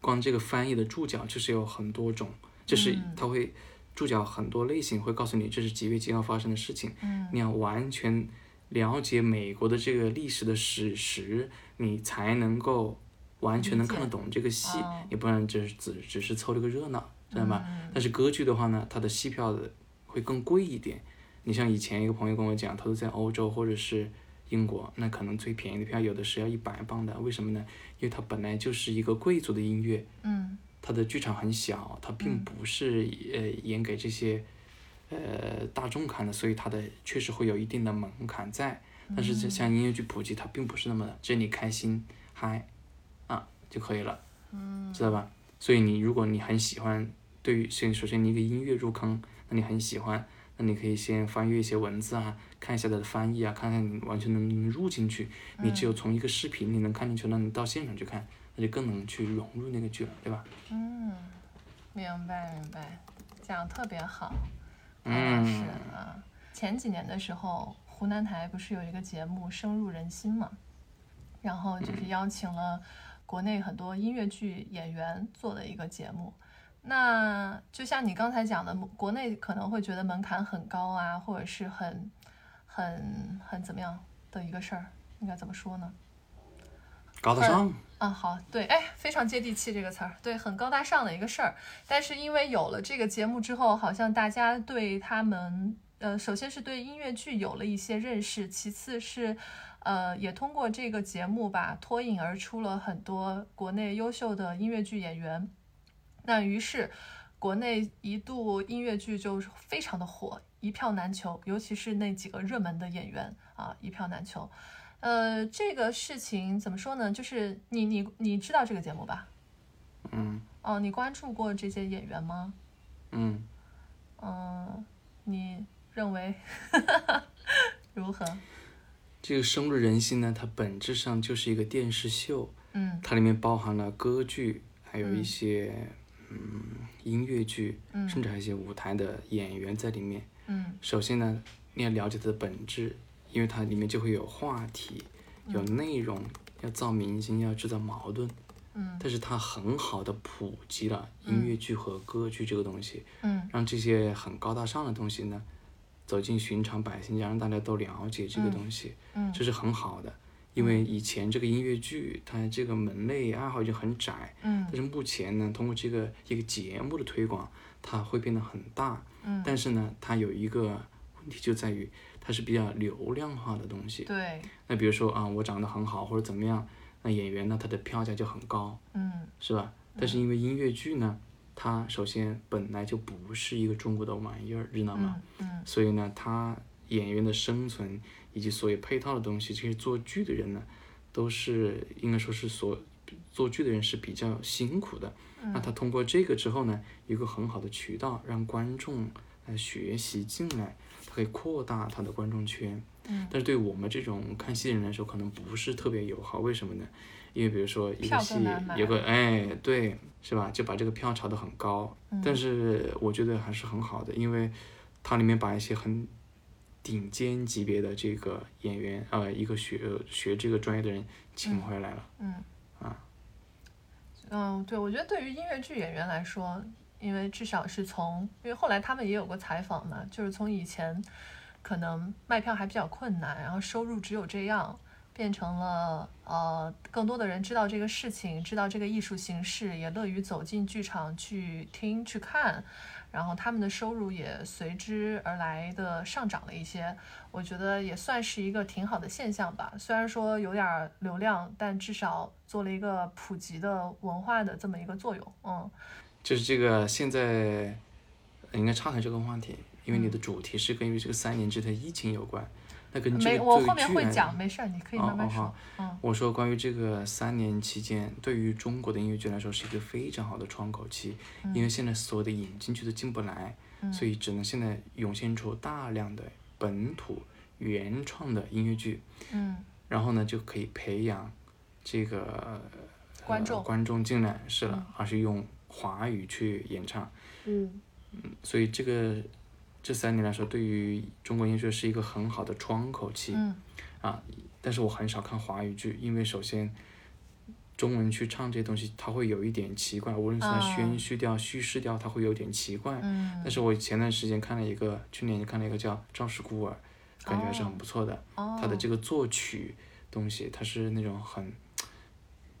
Speaker 2: 光这个翻译的注脚就是有很多种，就是
Speaker 3: 嗯
Speaker 2: 它会注脚很多类型，会告诉你这是几月几号发生的事情。
Speaker 3: 嗯
Speaker 2: 你要完全了解美国的这个历史的史实，你才能够完全能
Speaker 3: 理解
Speaker 2: 看得懂这个戏
Speaker 3: 哦，
Speaker 2: 你不然只是只只是凑这个热闹，知道吗？
Speaker 3: 嗯
Speaker 2: 但是歌剧的话呢，它的戏票的会更贵一点。你像以前一个朋友跟我讲，他都在欧洲或者是英国，那可能最便宜的票有的是要一百磅的，为什么呢？因为它本来就是一个贵族的音乐，
Speaker 3: 嗯
Speaker 2: 它的剧场很小，它并不是、呃演给这些呃大众看的，所以它的确实会有一定的门槛在。但是这像音乐剧普及，它并不是那么的，只要你开心嗨啊就可以了，知道吧？所以你如果你很喜欢，对于先首先你一个音乐入坑，那你很喜欢，那你可以先翻阅一些文字啊，看一下它的翻译啊，看看你完全能不能入进去。你只有从一个视频你能看进去，那你到现场去看，那就更能去融入那个剧了，对吧？
Speaker 3: 嗯，明白明白，讲得特别好。
Speaker 2: 嗯
Speaker 3: 是啊，前几年的时候，湖南台不是有一个节目《深入人心》嘛，然后就是邀请了国内很多音乐剧演员做的一个节目。那就像你刚才讲的，国内可能会觉得门槛很高啊，或者是很、很、很怎么样的一个事儿，应该怎么说呢？
Speaker 5: 高大上，
Speaker 3: 啊，好，对，哎，非常接地气这个词儿，对，很高大上的一个事儿。但是因为有了这个节目之后，好像大家对他们，呃，首先是对音乐剧有了一些认识，其次是，呃，也通过这个节目吧，脱颖而出了很多国内优秀的音乐剧演员。那于是，国内一度音乐剧就是非常的火，一票难求，尤其是那几个热门的演员啊，一票难求。呃，这个事情怎么说呢？就是你你你知道这个节目吧？
Speaker 2: 嗯
Speaker 3: 哦，你关注过这些演员吗？
Speaker 2: 嗯，
Speaker 3: 嗯、你认为 如何？
Speaker 2: 这个深入人心呢，它本质上就是一个电视秀，
Speaker 3: 嗯
Speaker 2: 它里面包含了歌剧，还有一
Speaker 3: 嗯
Speaker 2: 些嗯音乐剧，甚至还有一些舞台的演员在里面。
Speaker 3: 嗯
Speaker 2: 首先呢，你要了解它的本质，因为它里面就会有话题，有内容，要造明星，要制造矛盾。
Speaker 3: 嗯
Speaker 2: 但是它很好的普及了音乐剧和歌剧这个东西，
Speaker 3: 嗯
Speaker 2: 让这些很高大上的东西呢，走进寻常百姓家，让大家都了解这个
Speaker 3: 嗯
Speaker 2: 东西。
Speaker 3: 嗯
Speaker 2: 这是很好的，因为以前这个音乐剧它这个门类啊爱好已经很窄，
Speaker 3: 嗯
Speaker 2: 但是目前呢，通过这个一个节目的推广，它会变得很大。
Speaker 3: 嗯
Speaker 2: 但是呢，它有一个问题就在于它是比较流量化的东西。
Speaker 3: 对，
Speaker 2: 那比如说啊，我长得很好或者怎么样，那演员呢他的票价就很高，
Speaker 3: 嗯
Speaker 2: 是吧？但是因为音乐剧呢，它首先本来就不是一个中国的玩意儿，知道吗？
Speaker 3: 嗯嗯
Speaker 2: 所以呢，他演员的生存以及所有配套的东西，这些做剧的人呢，都是应该说是所做剧的人是比较辛苦的。
Speaker 3: 嗯
Speaker 2: 那他通过这个之后呢，有一个很好的渠道让观众来学习进来，他可以扩大他的观众圈。
Speaker 3: 嗯
Speaker 2: 但是对我们这种看戏的人来说，可能不是特别友好。为什么呢？因为比如说一个
Speaker 3: 票
Speaker 2: 戏
Speaker 3: 更难买
Speaker 2: 有个哎对是吧，就把这个票炒得很高。
Speaker 3: 嗯
Speaker 2: 但是我觉得还是很好的，因为它里面把一些很顶尖级别的这个演员呃一个学学这个专业的人请回来了。
Speaker 3: 嗯
Speaker 2: 啊
Speaker 3: 嗯，对，我觉得对于音乐剧演员来说，因为至少是从，因为后来他们也有过采访嘛，就是从以前可能卖票还比较困难，然后收入只有这样，变成了呃，更多的人知道这个事情，知道这个艺术形式，也乐于走进剧场去听去看，然后他们的收入也随之而来的上涨了一些，我觉得也算是一个挺好的现象吧。虽然说有点儿流量，但至少做了一个普及的文化的这么一个作用。嗯
Speaker 2: 就是这个现在呃应该岔开这个话题，因为你
Speaker 3: 嗯
Speaker 2: 的主题是跟这个三年之内疫情有关。那跟嗯这
Speaker 3: 没，
Speaker 2: 个
Speaker 3: 我
Speaker 2: 对
Speaker 3: 后面
Speaker 2: 剧
Speaker 3: 会
Speaker 2: 来
Speaker 3: 讲，没事儿，你可以慢慢说嗯
Speaker 2: 哦。我说关于这个三年期间，对于中国的音乐剧来说是一个非常好的窗口期，因
Speaker 3: 嗯
Speaker 2: 为现在所有的引进去都进不来，所以只能现在涌现出大量的本土原创的音乐剧，
Speaker 3: 嗯
Speaker 2: 然后呢就可以培养这个、呃
Speaker 3: 观众
Speaker 2: 观众进来是了，而是用华语去演唱，
Speaker 3: 嗯
Speaker 2: 所以这个这三年来说，对于中国音乐剧是一个很好的窗口期。
Speaker 3: 嗯
Speaker 2: 啊，但是我很少看华语剧，因为首先中文去唱这些东西，它会有一点奇怪，无论是它
Speaker 3: 啊
Speaker 2: 宣叙调、叙事调，它会有点奇怪。但
Speaker 3: 嗯，
Speaker 2: 是我前段时间看了一个，去年看了一个叫《赵氏孤儿》，感觉还是
Speaker 3: 哦
Speaker 2: 很不错的。
Speaker 3: 哦，
Speaker 2: 它的这个作曲东西，它是那种很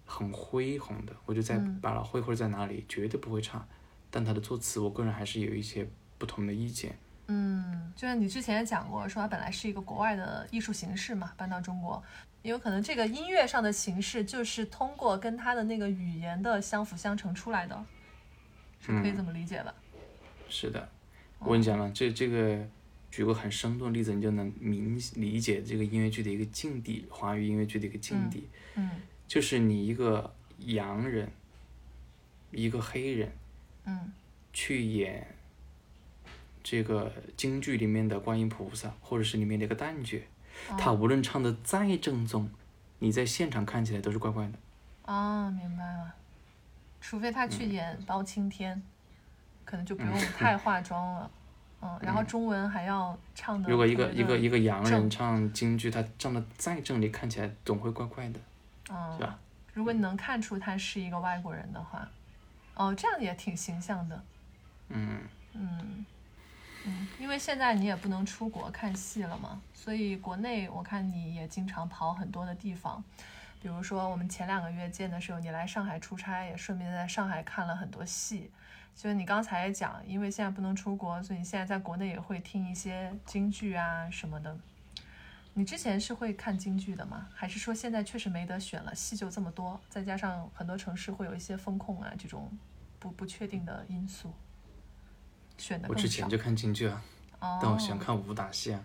Speaker 2: 很恢宏的，我就在
Speaker 3: 嗯
Speaker 2: 百老汇或者在哪里绝对不会差。但它的作词，我个人还是有一些不同的意见。
Speaker 3: 嗯，就是你之前也讲过，说它本来是一个国外的艺术形式嘛，搬到中国，也有可能这个音乐上的形式就是通过跟它的那个语言的相辅相成出来的，是可以
Speaker 2: 嗯
Speaker 3: 这么哦理解吧？
Speaker 2: 是的，我跟你讲了，这这个举个很生动的例子，你就能明理解这个音乐剧的一个境地，华语音乐剧的一个境地，
Speaker 3: 嗯
Speaker 2: 就是你一个洋人，一个黑人
Speaker 3: 嗯
Speaker 2: 去演这个京剧里面的观音菩萨，或者是里面的一个旦角，他无论唱的再正宗，你在现场看起来都是怪怪的。
Speaker 3: 啊，明白了。
Speaker 2: 嗯
Speaker 3: 除非他去演包青天，可能就不用太化妆了。嗯，然后中文还要唱的。
Speaker 2: 如果一个一个一个洋
Speaker 3: 嗯正
Speaker 2: 人唱京剧，他唱的再正，你看起来总会怪怪的。
Speaker 3: 嗯，
Speaker 2: 是吧
Speaker 3: 如果你能看出他是一个外国人的话，哦，这样也挺形象的。
Speaker 2: 嗯，
Speaker 3: 嗯嗯，因为现在你也不能出国看戏了嘛，所以国内我看你也经常跑很多的地方，比如说我们前两个月见的时候，你来上海出差，也顺便在上海看了很多戏。就是你刚才也讲，因为现在不能出国，所以你现在在国内也会听一些京剧啊什么的。你之前是会看京剧的吗？还是说现在确实没得选了，戏就这么多，再加上很多城市会有一些风控啊这种不不确定的因素，选的
Speaker 2: 我
Speaker 3: 更
Speaker 2: 之
Speaker 3: 少
Speaker 2: 前。就看京剧啊，
Speaker 3: 哦，
Speaker 2: 但我喜欢看武打戏啊。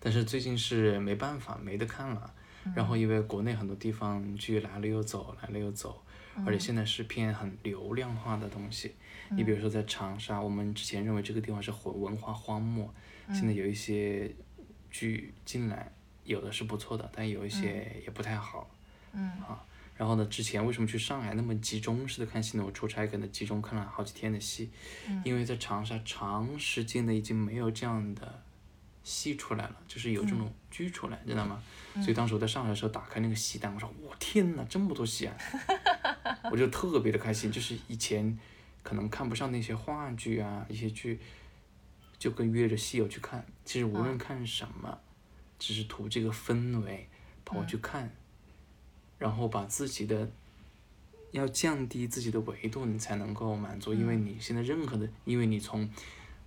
Speaker 2: 但是最近是没办法，没得看了。
Speaker 3: 嗯
Speaker 2: 然后因为国内很多地方剧来了又走，来了又走，
Speaker 3: 嗯
Speaker 2: 而且现在是偏很流量化的东西。你比如说在长沙，我们之前认为这个地方是文文化荒漠，
Speaker 3: 嗯
Speaker 2: 现在有一些剧进来，有的是不错的，但有一些也不太好。
Speaker 3: 嗯
Speaker 2: 啊，然后呢，之前为什么去上海那么集中式的看戏呢？我出差可能集中看了好几天的戏，因为在长沙长时间的已经没有这样的戏出来了，就是有这种剧出来，知道吗？所以当时我在上海的时候打开那个戏单，我说我天哪，这么多戏啊！ 我就特别的开心，就是以前可能看不上那些话剧啊，一些剧，就跟约着戏友去看。其实无论看什么，只是图这个氛围，跑去看，然后把自己的要降低自己的维度，你才能够满足。因
Speaker 3: 嗯
Speaker 2: 为你现在任何的，因为你从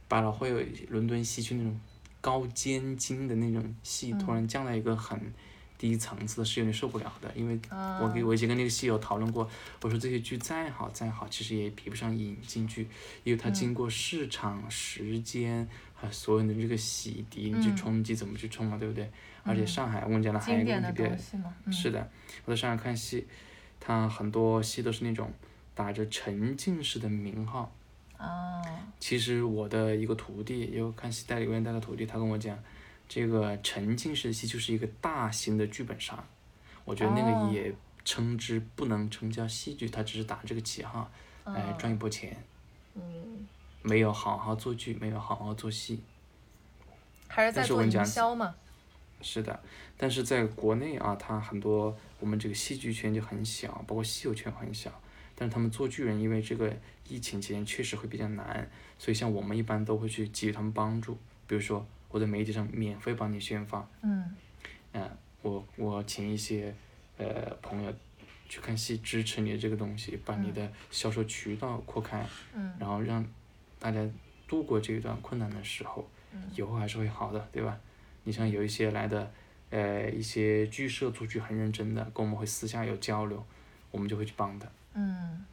Speaker 2: 百老汇、伦敦西区那种高尖精的那种
Speaker 3: 嗯
Speaker 2: 戏，突然降到一个很低层次的，是有点受不了的。因为我
Speaker 3: 啊
Speaker 2: 给我以前跟那个戏友讨论过，我说这些剧再好再好，其实也比不上引进剧，因为
Speaker 3: 嗯
Speaker 2: 它经过市场、时间还有所有的这个洗涤，你去
Speaker 3: 嗯
Speaker 2: 冲击怎么去冲啊嘛，对不对？而且上海我跟你讲了，还有一个
Speaker 3: 经典
Speaker 2: 问题比
Speaker 3: 的
Speaker 2: 较
Speaker 3: 东西嘛，嗯、
Speaker 2: 是的，我在上海看戏，它很多戏都是那种打着沉浸式的名号。
Speaker 3: 啊，
Speaker 2: 其实我的一个徒弟，有看戏带留言带的徒弟，他跟我讲，这个沉浸式戏就是一个大型的剧本杀，我觉得那
Speaker 3: 哦
Speaker 2: 个也称之不能称叫戏剧，它只是打这个旗号来赚一波钱，
Speaker 3: 哦嗯，
Speaker 2: 没有好好做剧，没有好好做戏。
Speaker 3: 还是在
Speaker 2: 但是我
Speaker 3: 做
Speaker 2: 跟你
Speaker 3: 营
Speaker 2: 讲
Speaker 3: 销嘛，
Speaker 2: 是的，但是在国内啊，它很多我们这个戏剧圈就很小，包括戏友圈很小。但是他们做剧人，因为这个疫情期间确实会比较难，所以像我们一般都会去给予他们帮助，比如说我在媒体上免费帮你宣发，
Speaker 3: 嗯
Speaker 2: 嗯、我我请一些呃朋友去看戏，支持你的这个东西，把你的销售渠道扩开，
Speaker 3: 嗯
Speaker 2: 然后让大家度过这一段困难的时候，
Speaker 3: 嗯
Speaker 2: 以后还是会好的，对吧？你像有一些来的，呃，一些剧社出去很认真的，跟我们会私下有交流，我们就会去帮的。
Speaker 3: 嗯，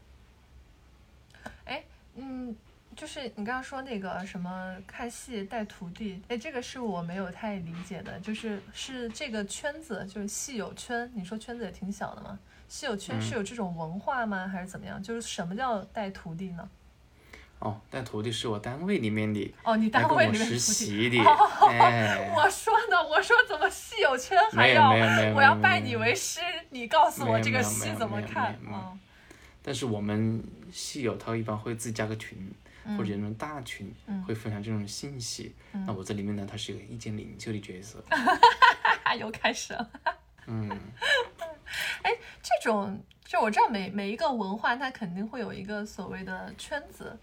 Speaker 3: 哎，嗯，就是你刚刚说那个什么看戏带徒弟，哎，这个是我没有太理解的，就是是这个圈子，就是戏友圈，你说圈子也挺小的嘛，戏友
Speaker 2: 嗯
Speaker 3: 圈是有这种文化吗？还是怎么样？就是什么叫带徒弟呢？
Speaker 2: 哦，带徒弟是我单位里面的，
Speaker 3: 哦，你
Speaker 2: 来
Speaker 3: 单
Speaker 2: 跟
Speaker 3: 位
Speaker 2: 我
Speaker 3: 里面徒
Speaker 2: 实
Speaker 3: 弟。
Speaker 2: 习
Speaker 3: 哦
Speaker 2: 的， 哎，
Speaker 3: 我说呢，我说怎么戏友圈还
Speaker 2: 没有
Speaker 3: 要
Speaker 2: 没有没有，
Speaker 3: 我要
Speaker 2: 没有
Speaker 3: 拜
Speaker 2: 没
Speaker 3: 你
Speaker 2: 有
Speaker 3: 为师，你告诉
Speaker 2: 没
Speaker 3: 我
Speaker 2: 有
Speaker 3: 这
Speaker 2: 没
Speaker 3: 个
Speaker 2: 有没
Speaker 3: 戏
Speaker 2: 有
Speaker 3: 怎么
Speaker 2: 没有没有
Speaker 3: 看？
Speaker 2: 没有
Speaker 3: 嗯
Speaker 2: 但是我们戏友他一般会自己加个群，
Speaker 3: 嗯
Speaker 2: 或者那种大群，会分享这种信息。那我这里面呢，他是一个意见领袖的角色。
Speaker 3: 啊， 又开始了。 哎
Speaker 2: 嗯，
Speaker 3: 这种就我知道每每一个文化，它肯定会有一个所谓的圈子，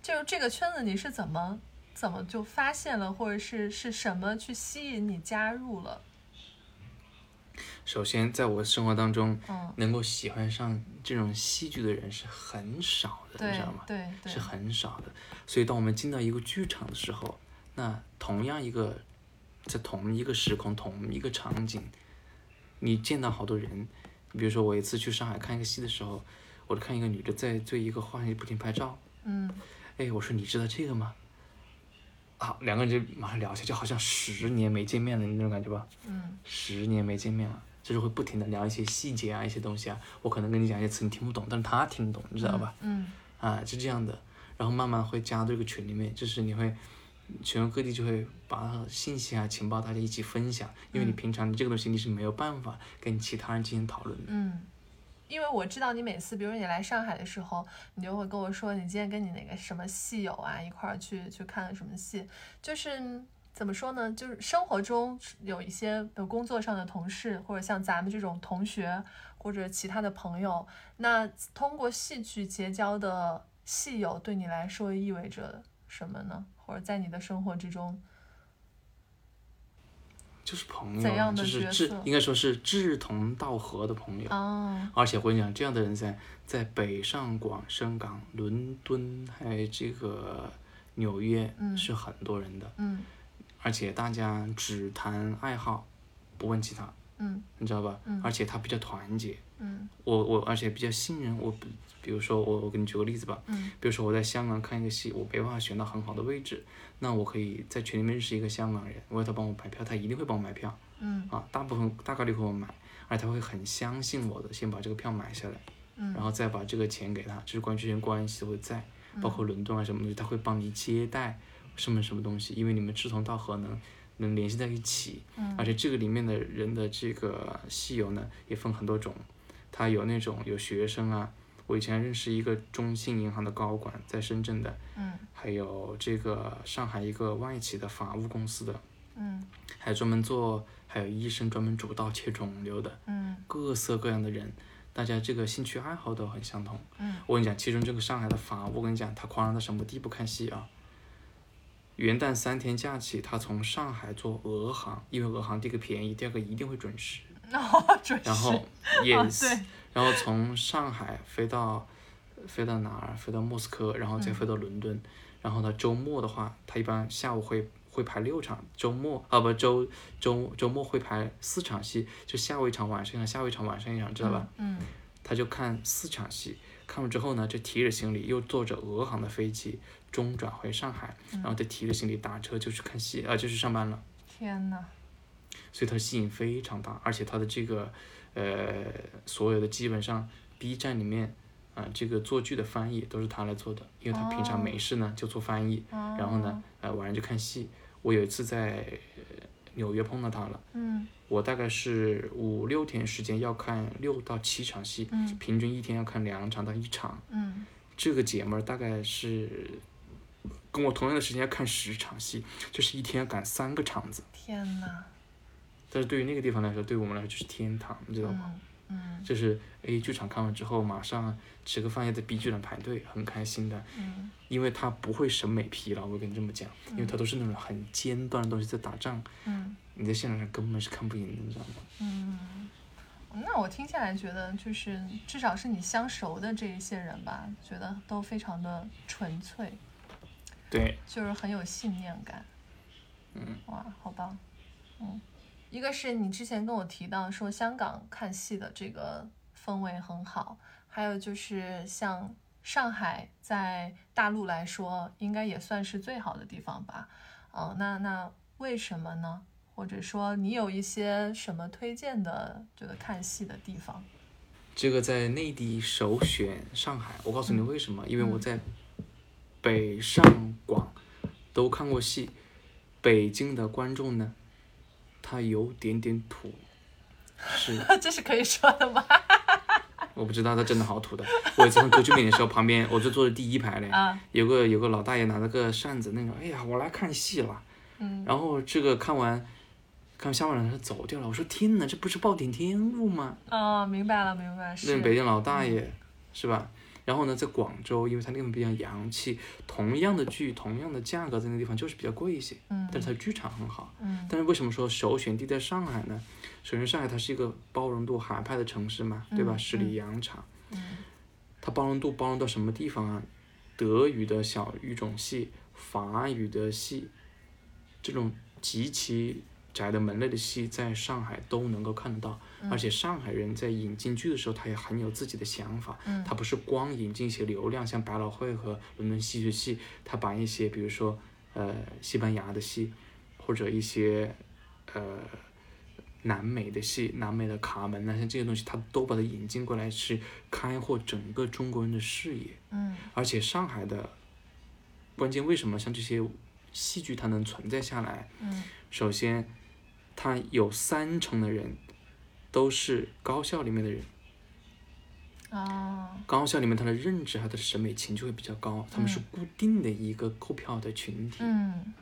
Speaker 3: 就是这个圈子你是怎么怎么就发现了，或者是是什么去吸引你加入了？
Speaker 2: 首先在我生活当中，
Speaker 3: 嗯，
Speaker 2: 能够喜欢上这种戏剧的人是很少的，你知
Speaker 3: 对
Speaker 2: 道吗？
Speaker 3: 对对
Speaker 2: 是，很少的。所以当我们进到一个剧场的时候，那同样一个在同一个时空、同一个场景，你见到好多人。你比如说，我有一次去上海看一个戏的时候，我就看一个女的在对一个画像不停拍照。
Speaker 3: 嗯
Speaker 2: 哎，我说你知道这个吗？啊，两个人就马上聊一下，就好像十年没见面了那种感觉吧。
Speaker 3: 嗯
Speaker 2: 十年没见面了，就是会不停的聊一些细节啊，一些东西啊。我可能跟你讲一些词你听不懂，但是他听得懂，你知道吧？
Speaker 3: 嗯
Speaker 2: 啊，是这样的。然后慢慢会加到这个群里面，就是你会全国各地就会把信息啊、情报大家一
Speaker 3: 嗯
Speaker 2: 起分享，因为你平常这个东西你是没有办法跟其他人进行讨论的。
Speaker 3: 嗯因为我知道你每次，比如你来上海的时候，你就会跟我说，你今天跟你哪个什么戏友啊一块儿去去看了什么戏，就是怎么说呢，就是生活中有一些有工作上的同事，或者像咱们这种同学或者其他的朋友，那通过戏剧结交的戏友，对你来说意味着什么呢？或者在你的生活之中，
Speaker 2: 就是朋友
Speaker 3: 怎
Speaker 2: 啊，
Speaker 3: 样的
Speaker 2: 就是
Speaker 3: 角
Speaker 2: 志
Speaker 3: 色，
Speaker 2: 应该说是志同道合的朋友。
Speaker 3: 啊，
Speaker 2: 而且我跟你讲，这样的人在在北上广、深港、伦敦，还有这个纽约
Speaker 3: 嗯
Speaker 2: 是很多人的，
Speaker 3: 嗯
Speaker 2: 而且大家只谈爱好，不问其他，
Speaker 3: 嗯
Speaker 2: 你知道吧？
Speaker 3: 嗯
Speaker 2: 而且他比较团结，
Speaker 3: 嗯
Speaker 2: 我我而且比较信任我，比比如说我我给你举个例子吧，
Speaker 3: 嗯
Speaker 2: 比如说我在香港看一个戏，我没办法选到很好的位置，那我可以在群里面认识一个香港人，我要他帮我买票，他一定会帮我买票
Speaker 3: 嗯
Speaker 2: 啊，大部分大概率会帮我买，而他会很相信我的，先把这个票买下来。
Speaker 3: 嗯，
Speaker 2: 然后再把这个钱给他，就是关于这些关系会在，
Speaker 3: 嗯
Speaker 2: 包括伦敦啊什么东西，他会帮你接待什么什么东西，因为你们志同道合能能联系在一起，
Speaker 3: 嗯
Speaker 2: 而且这个里面的人的这个戏友呢也分很多种，他有那种有学生啊，我以前认识一个中信银行的高管在深圳的，
Speaker 3: 嗯
Speaker 2: 还有这个上海一个外企的法务公司的，
Speaker 3: 嗯
Speaker 2: 还有专门做还有医生专门主刀切肿瘤的，
Speaker 3: 嗯
Speaker 2: 各色各样的人，大家这个兴趣爱好都很相同。
Speaker 3: 嗯，
Speaker 2: 我跟你讲，其中这个上海的法务，我跟你讲，他夸张到什么地步？看戏啊！元旦三天假期，他从上海坐俄航，因为俄航第一个便宜，第二个一定会准时，
Speaker 3: 那我准
Speaker 2: 然
Speaker 3: 时
Speaker 2: 后 yes，、
Speaker 3: 哦对
Speaker 2: 然后从上海飞到飞到哪儿？飞到莫斯科，然后
Speaker 3: 嗯
Speaker 2: 再飞到伦敦。然后呢，周末的话，他一般下午会会排六场，周末啊不周周周末会排四场戏，就下午一场，晚上一场，下午一场，晚上一场，知道吧？
Speaker 3: 嗯
Speaker 2: 他就看四场戏，看完之后呢，就提着行李又坐着俄航的飞机中转回上海，
Speaker 3: 嗯
Speaker 2: 然后再提着行李打车就去看戏，啊、就去上班了。
Speaker 3: 天呐，
Speaker 2: 所以它吸引非常大，而且它的这个呃所有的基本上 B 站里面啊、这个做剧的翻译都是他来做的，因为他平常没事呢、就做翻译，
Speaker 3: 哦
Speaker 2: 然后呢呃晚上就看戏。我有一次在呃纽约碰到他了，
Speaker 3: 嗯
Speaker 2: 我大概是五六天时间要看六到七场戏，
Speaker 3: 嗯
Speaker 2: 平均一天要看两场到一场。
Speaker 3: 嗯
Speaker 2: 这个姐们儿大概是跟我同样的时间要看十场戏，就是一天要赶三个场子。
Speaker 3: 天呐，
Speaker 2: 但是对于那个地方来说，对于我们来说就是天堂，你知道吗？
Speaker 3: 嗯嗯
Speaker 2: 就是 A 剧场看完之后，马上吃个饭要在 B 剧场排队，很开心的，
Speaker 3: 嗯
Speaker 2: 因为他不会审美疲劳，我跟你这么讲，因为他都是那种很尖端的东西在打仗，
Speaker 3: 嗯
Speaker 2: 你在现场上根本是看不赢的，你知道吗？
Speaker 3: 嗯，那我听下来觉得就是至少是你相熟的这一些人吧，觉得都非常的纯粹，
Speaker 2: 对，
Speaker 3: 就是很有信念感。
Speaker 2: 嗯，
Speaker 3: 哇，好棒。嗯，一个是你之前跟我提到说香港看戏的这个氛围很好，还有就是像上海在大陆来说，应该也算是最好的地方吧。嗯、那那为什么呢？或者说你有一些什么推荐的这个看戏的地方？
Speaker 2: 这个在内地首选上海，我告诉你为什么，因为我在北上广都看过戏，北京的观众呢，他有点点土，是。
Speaker 3: 这是可以说的吗？
Speaker 2: 我不知道他真的好土的。我有一次看歌剧魅影的时候，旁边 我就坐在第一排嘞，
Speaker 3: 啊
Speaker 2: 有个有个老大爷拿了个扇子，那个哎呀，我来看戏了。
Speaker 3: 嗯
Speaker 2: 然后这个看完，看完下半场他走掉了。我说天哪，这不是暴殄天物吗？
Speaker 3: 哦，明白了，明白了，
Speaker 2: 那北
Speaker 3: 是，嗯
Speaker 2: 京老大爷、是吧？然后呢，在广州，因为它那个比较洋气，同样的剧，同样的价格，在那个地方就是比较贵一些，
Speaker 3: 嗯
Speaker 2: 但是它剧场很好。
Speaker 3: 嗯
Speaker 2: 但是为什么说首选地在上海呢？首先，上海它是一个包容度海派的城市嘛，对吧？
Speaker 3: 嗯
Speaker 2: 十里洋场。
Speaker 3: 嗯
Speaker 2: 它包容度包容到什么地方啊？德语的小语种系，法语的系，这种极其窄的门类的系，在上海都能够看得到。
Speaker 3: 嗯
Speaker 2: 而且上海人在引进剧的时候，他也很有自己的想法。
Speaker 3: 嗯
Speaker 2: 他不是光引进一些流量，像百老汇和伦敦戏剧系，他把一些比如说呃西班牙的戏，或者一些呃南美的戏、南美的卡门呐，像这些东西，他都把它引进过来，是开阔整个中国人的视野。
Speaker 3: 嗯
Speaker 2: 而且上海的关键为什么像这些戏剧它能存在下来？
Speaker 3: 嗯
Speaker 2: 首先，它有三成的人都是高校里面的人，
Speaker 3: 啊，
Speaker 2: 高校里面他的认知和他的审美情趣会比较高，他们是固定的一个购票的群体、
Speaker 3: 嗯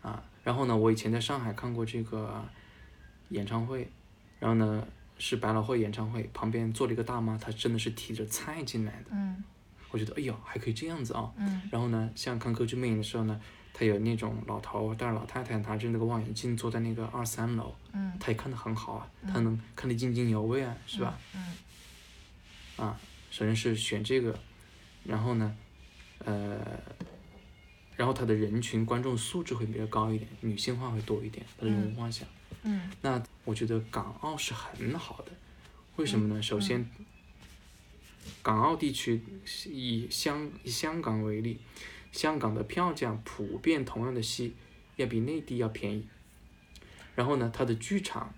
Speaker 2: 啊。然后呢，我以前在上海看过这个演唱会，然后呢是百老汇演唱会，旁边坐了一个大妈，她真的是提着菜进来的，
Speaker 3: 嗯
Speaker 2: 我觉得哎呦还可以这样子啊。
Speaker 3: 嗯
Speaker 2: 然后呢，像看《歌剧魅影》的时候呢，他有那种老头带着老太太拿着那个望远镜坐在那个二三楼，
Speaker 3: 嗯，
Speaker 2: 他也看得很好啊，
Speaker 3: 嗯
Speaker 2: 他能看得津津有味啊，是吧？
Speaker 3: 嗯？
Speaker 2: 啊，首先是选这个，然后呢，呃，然后它的人群观众素质会比较高一点，女性化会多一点，它的
Speaker 3: 嗯
Speaker 2: 文化下，
Speaker 3: 嗯嗯
Speaker 2: 那我觉得港澳是很好的，为什么呢？首先，港澳地区以香以香港为例，香港的票价普遍同样的戏要比内地要便宜，然后呢，它的剧场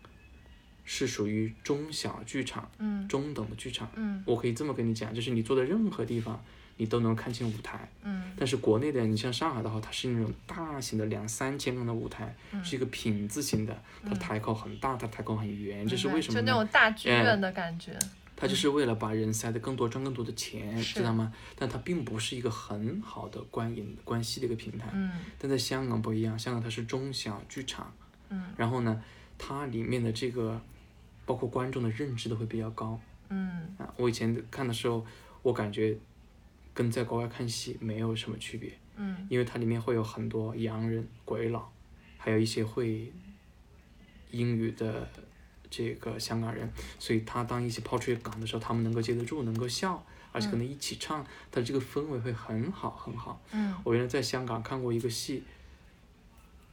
Speaker 2: 是属于中小剧场、
Speaker 3: 嗯
Speaker 2: 中等的剧场。
Speaker 3: 嗯
Speaker 2: 我可以这么跟你讲，就是你坐在任何地方，你都能看清舞台。
Speaker 3: 嗯
Speaker 2: 但是国内的，你像上海的话，它是那种大型的两三千人的舞台，
Speaker 3: 嗯
Speaker 2: 是一个品字形的，它台口很大，它台口很圆，这是
Speaker 3: 明白
Speaker 2: 为什么
Speaker 3: 嗯就那
Speaker 2: 呢？
Speaker 3: 种大剧院的感觉，
Speaker 2: 它就是为了把人塞得更多，赚更多的钱，
Speaker 3: 是
Speaker 2: 知道吗？但它并不是一个很好的观影关系的一个平台。
Speaker 3: 嗯
Speaker 2: 但在香港不一样，香港它是中小剧场，
Speaker 3: 嗯
Speaker 2: 然后呢，它里面的这个包括观众的认知都会比较高。
Speaker 3: 嗯
Speaker 2: 啊，我以前看的时候，我感觉跟在国外看戏没有什么区别，
Speaker 3: 嗯
Speaker 2: 因为它里面会有很多洋人、鬼佬，还有一些会英语的这个香港人，所以他当一起抛出去港的时候，他们能够接得住，能够笑，而且可能一起唱，它这个氛围会很好很好。
Speaker 3: 嗯
Speaker 2: 我原来在香港看过一个戏，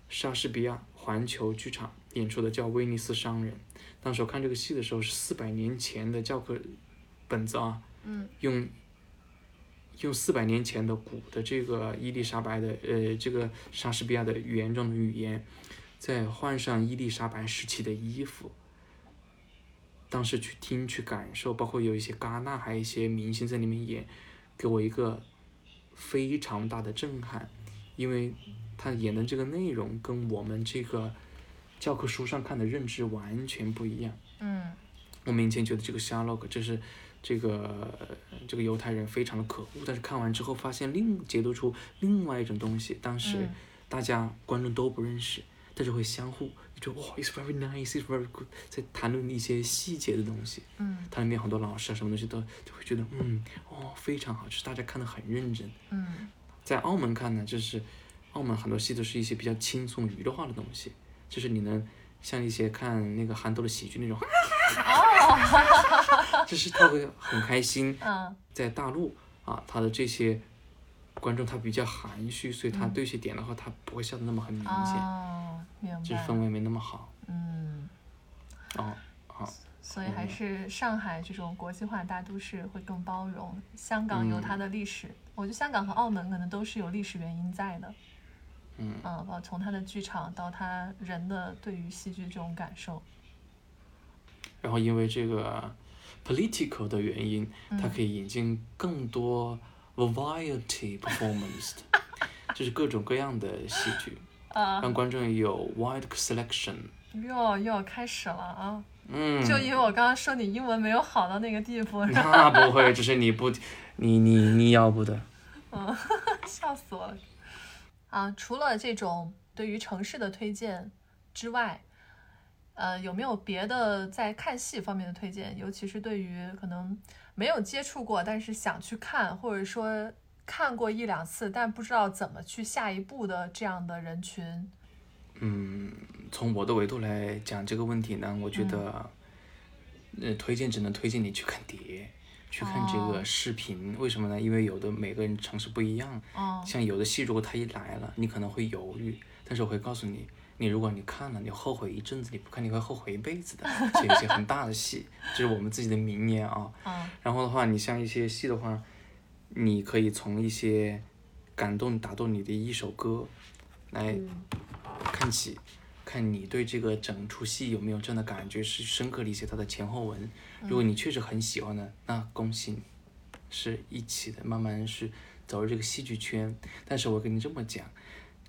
Speaker 2: 莎士比亚环球剧场演出的叫《威尼斯商人》。当时我看这个戏的时候，是四百年前的教科本子啊，
Speaker 3: 嗯
Speaker 2: 用用四百年前的古的这个伊丽莎白的呃这个莎士比亚的原装的语言，再换上伊丽莎白时期的衣服。当时去听去感受，包括有一些戛纳，还有一些明星在里面演，给我一个非常大的震撼，因为他演的这个内容跟我们这个教科书上看的认知完全不一样。
Speaker 3: 嗯
Speaker 2: 我们以前觉得这个 Sherlock 这是这个呃这个犹太人非常的可恶，但是看完之后发现另解读出另外一种东西。当时
Speaker 3: 嗯
Speaker 2: 大家观众都不认识，但是会相互就哇、i t s very nice, it's very good，在谈论一些细节的东西。
Speaker 3: 嗯
Speaker 2: 它里面很多老师啊什么东西都就会觉得嗯哦非常好，就是大家看得很认真。
Speaker 3: 嗯
Speaker 2: 在澳门看呢，就是澳门很多戏都是一些比较轻松娱乐化的东西，就是你能像一些看那个韩斗的喜剧那种， 就是他会很开心。
Speaker 3: 啊
Speaker 2: 在大陆啊，他的这些观众他比较含蓄，所以他对一些点的话，他不会笑得那么很明显，
Speaker 3: 嗯哦，明
Speaker 2: 就是
Speaker 3: 白，
Speaker 2: 氛围没那么好。
Speaker 3: 嗯。
Speaker 2: 哦，好，
Speaker 3: 所以还是上海这种国际化大都市会更包容。香港有它的历史，我觉得香港和澳门可能都是有历史原因在的。
Speaker 2: 嗯
Speaker 3: 嗯，包括从它的剧场到它人的对于戏剧这种感受，
Speaker 2: 然后因为这个 political 的原因，
Speaker 3: 嗯
Speaker 2: 它可以引进更多 variety performance，的就是各种各样的戏剧，
Speaker 3: 啊，
Speaker 2: 让观众有 wide selection。
Speaker 3: 又又要开始了啊！
Speaker 2: 嗯，
Speaker 3: 就因为我刚刚说你英文没有好到那个地步， 然后
Speaker 2: 那不会，只是你不，你你你要不得。
Speaker 3: 笑死我了。啊，除了这种对于城市的推荐之外，呃，有没有别的在看戏方面的推荐？尤其是对于可能没有接触过，但是想去看，或者说看过一两次，但不知道怎么去下一步的这样的人群，
Speaker 2: 嗯，从我的维度来讲这个问题呢，我觉得，呃，推荐只能推荐你去看碟，去看这
Speaker 3: 嗯哦
Speaker 2: 个视频。为什么呢？因为有的每个人尝试不一样，
Speaker 3: 嗯
Speaker 2: 像有的戏，如果他一来了，你可能会犹豫，但是我会告诉你，你如果你看了，你后悔一阵子，你不看你会后悔一辈子的。所以有一些很大的戏，这是我们自己的名言啊。
Speaker 3: 嗯
Speaker 2: 然后的话，你像一些戏的话，你可以从一些感动打动你的一首歌来看起，看你对这个整出戏有没有这样的感觉，是深刻理解它的前后文。如果你确实很喜欢的，那恭喜你，是一起的，慢慢是走入这个戏剧圈。但是我跟你这么讲。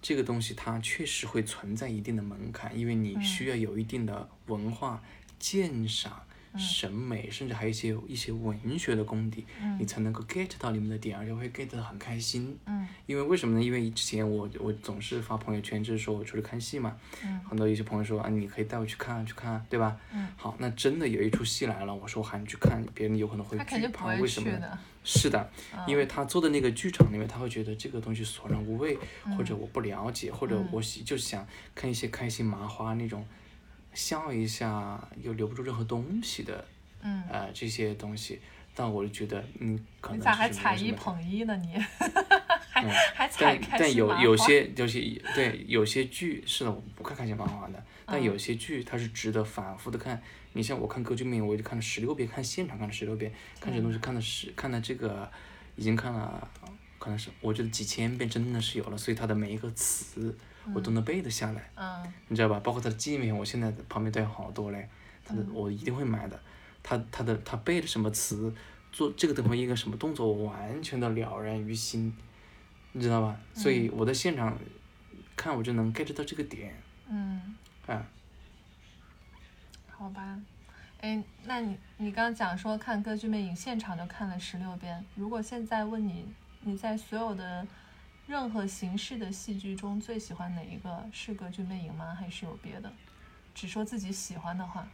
Speaker 2: 这个东西它确实会存在一定的门槛，因为你需要有一定的文化鉴赏，审美，甚至还有一些一些文学的功底，你才能够 get 到里面的点，而且会 get 得很开心。
Speaker 3: 嗯
Speaker 2: 因为为什么呢？因为之前我我总是发朋友圈，就是说我出去看戏嘛，
Speaker 3: 嗯
Speaker 2: 很多有些朋友说啊，你可以带我去看去看，对吧？
Speaker 3: 嗯
Speaker 2: 好，那真的有一出戏来了，我说我喊你去看，别人有可能会
Speaker 3: 他肯
Speaker 2: 惧
Speaker 3: 定不
Speaker 2: 怕，
Speaker 3: 会
Speaker 2: 为什
Speaker 3: 去
Speaker 2: 么呢？
Speaker 3: 的。嗯
Speaker 2: 是的，因为他坐的那个剧场里面，他会觉得这个东西索然无味，
Speaker 3: 嗯
Speaker 2: 或者我不了解，或者我喜就想看一些开心麻花那种，笑一下又留不住任何东西的，
Speaker 3: 嗯，
Speaker 2: 呃，这些东西。但我就觉得，嗯，可
Speaker 3: 你
Speaker 2: 能
Speaker 3: 咋还
Speaker 2: 就是
Speaker 3: 踩
Speaker 2: 没
Speaker 3: 一
Speaker 2: 有什么
Speaker 3: 捧一呢？你还
Speaker 2: 嗯
Speaker 3: 还踩
Speaker 2: 但
Speaker 3: 开
Speaker 2: 但
Speaker 3: 心
Speaker 2: 有
Speaker 3: 麻
Speaker 2: 有
Speaker 3: 花
Speaker 2: 些有些对有些剧是的，我不看看些漫画
Speaker 3: 嗯
Speaker 2: 的，但有些剧它是值得反复的看。你像我看《歌剧魅影》，我就看了十六遍，看现场看了十六遍，看这东西看了十看了这个，已经看了可能是我觉得几千遍真的是有了，所以它的每一个词我都能背得下来，
Speaker 3: 嗯
Speaker 2: 你知道吧？包括它的纪念品，我现在旁边都有好多嘞，它
Speaker 3: 嗯
Speaker 2: 的我一定会买的。它它的它背的什么词，做这个等会一个什么动作，我完全的了然于心。你知道吧？所以我在现场看，我就能 get 到这个点，
Speaker 3: 嗯，
Speaker 2: 啊，
Speaker 3: 好吧。哎，那你你刚讲说看《歌剧魅影》现场就看了十六遍，如果现在问你，你在所有的任何形式的戏剧中最喜欢哪一个？是《歌剧魅影》吗？还是有别的？只说自己喜欢的话，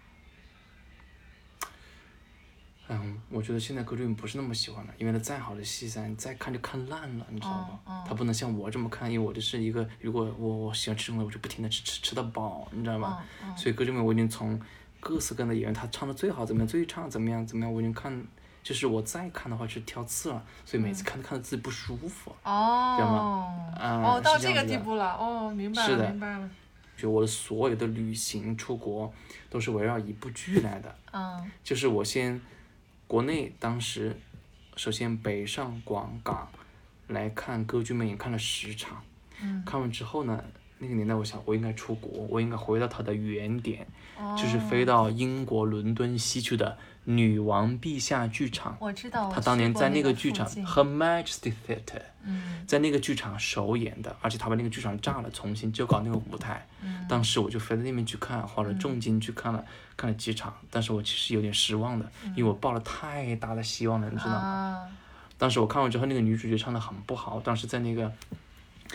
Speaker 2: 嗯，我觉得现在歌剧不是那么喜欢了，因为它再好的戏噻，你再看就看烂了，你知道吗？
Speaker 3: 嗯嗯
Speaker 2: 它不能像我这么看，因为我就是一个，如果我我喜欢吃东西，我就不停的吃吃吃到饱，你知道吗？
Speaker 3: 嗯嗯
Speaker 2: 所以歌剧们我已经从各式各样的演员，他唱的最好怎么样，最差怎么样怎么样，我已经看，就是我再看的话是挑刺了，所以每次看都看的自己不舒服。这样
Speaker 3: 哦
Speaker 2: 吗，嗯
Speaker 3: 嗯哦，
Speaker 2: 是
Speaker 3: 到
Speaker 2: 这
Speaker 3: 这
Speaker 2: 样
Speaker 3: 个
Speaker 2: 子
Speaker 3: 地
Speaker 2: 的
Speaker 3: 步了，哦，明白
Speaker 2: 是
Speaker 3: 了，
Speaker 2: 的
Speaker 3: 明白了，
Speaker 2: 就我的所有的旅行出国都是围绕一部剧来的。
Speaker 3: 嗯
Speaker 2: 就是我先国内当时首先北上广港来看歌剧魅影看了十场，
Speaker 3: 嗯
Speaker 2: 看完之后呢，那个年代我想我应该出国，我应该回到它的原点，
Speaker 3: 哦
Speaker 2: 就是飞到英国伦敦西区的女王陛下剧场。
Speaker 3: 我知道我
Speaker 2: 他当
Speaker 3: 哦去
Speaker 2: 年
Speaker 3: 过
Speaker 2: 在
Speaker 3: 那
Speaker 2: 那
Speaker 3: 个
Speaker 2: 个剧
Speaker 3: 附
Speaker 2: 场
Speaker 3: 近
Speaker 2: Her Majesty Theatre，
Speaker 3: 嗯
Speaker 2: 在那个剧场首演的，而且他把那个剧场炸了，重新就搞那个舞台。当时我就飞到那边去看，花了重金去看了、看了几场，但是我其实有点失望的，因为我抱了太大的希望了，你知道吗？
Speaker 3: 啊，
Speaker 2: 当时我看完之后，那个女主角唱的很不好，当时在那个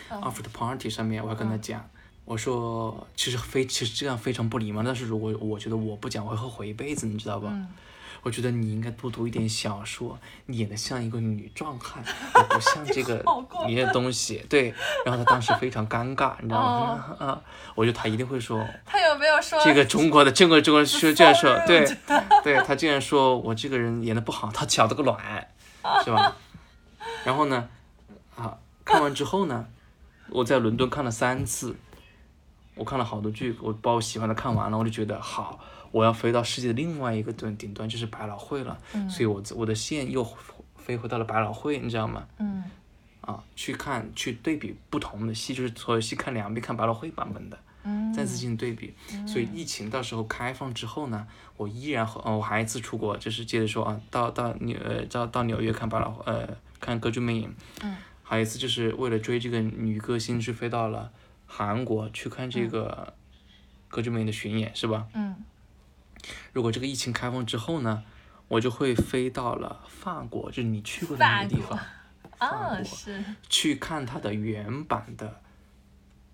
Speaker 3: 哦
Speaker 2: after party 上面，我还跟
Speaker 3: 嗯
Speaker 2: 她讲。我说，其实非其实这样非常不礼貌，但是如果我觉得我不讲，我会后悔一辈子，你知道吧？
Speaker 3: 嗯
Speaker 2: 我觉得你应该多读一点小说，你演的像一个女壮汉，而不像这个
Speaker 3: 好过
Speaker 2: 你的东西。对，然后他当时非常尴尬，你知道吗？
Speaker 3: 哦
Speaker 2: 啊，我觉得他一定会说
Speaker 3: 他有没有说
Speaker 2: 这个中国的中国中国说这样说，
Speaker 3: rude
Speaker 2: 对 对，他竟然说我这个人演的不好，他巧了个卵，是吧？然后呢，啊，看完之后呢，我在伦敦看了三次，我看了好多剧，我把我喜欢的看完了，我就觉得好，我要飞到世界的另外一个端顶端，就是百老汇了，所以我我的线又飞回到了百老汇，你知道吗？
Speaker 3: 嗯
Speaker 2: 啊，去看去对比不同的戏，就是所有戏看两遍，看百老汇版本的，嗯，再次进行对比。
Speaker 3: 嗯
Speaker 2: 所以疫情到时候开放之后呢，我依然和、哦、我还一次出国，就是接着说啊，到到纽呃到到纽约看百老呃看歌剧魅影，
Speaker 3: 嗯，
Speaker 2: 还有一次就是为了追这个女歌星，去飞到了韩国去看这个歌剧魅影的巡演，是吧？
Speaker 3: 嗯
Speaker 2: 如果这个疫情开放之后呢，我就会飞到了法国，就是你去过的那个地
Speaker 3: 法
Speaker 2: 方。法
Speaker 3: 啊
Speaker 2: 国
Speaker 3: 是
Speaker 2: 去看它的原版的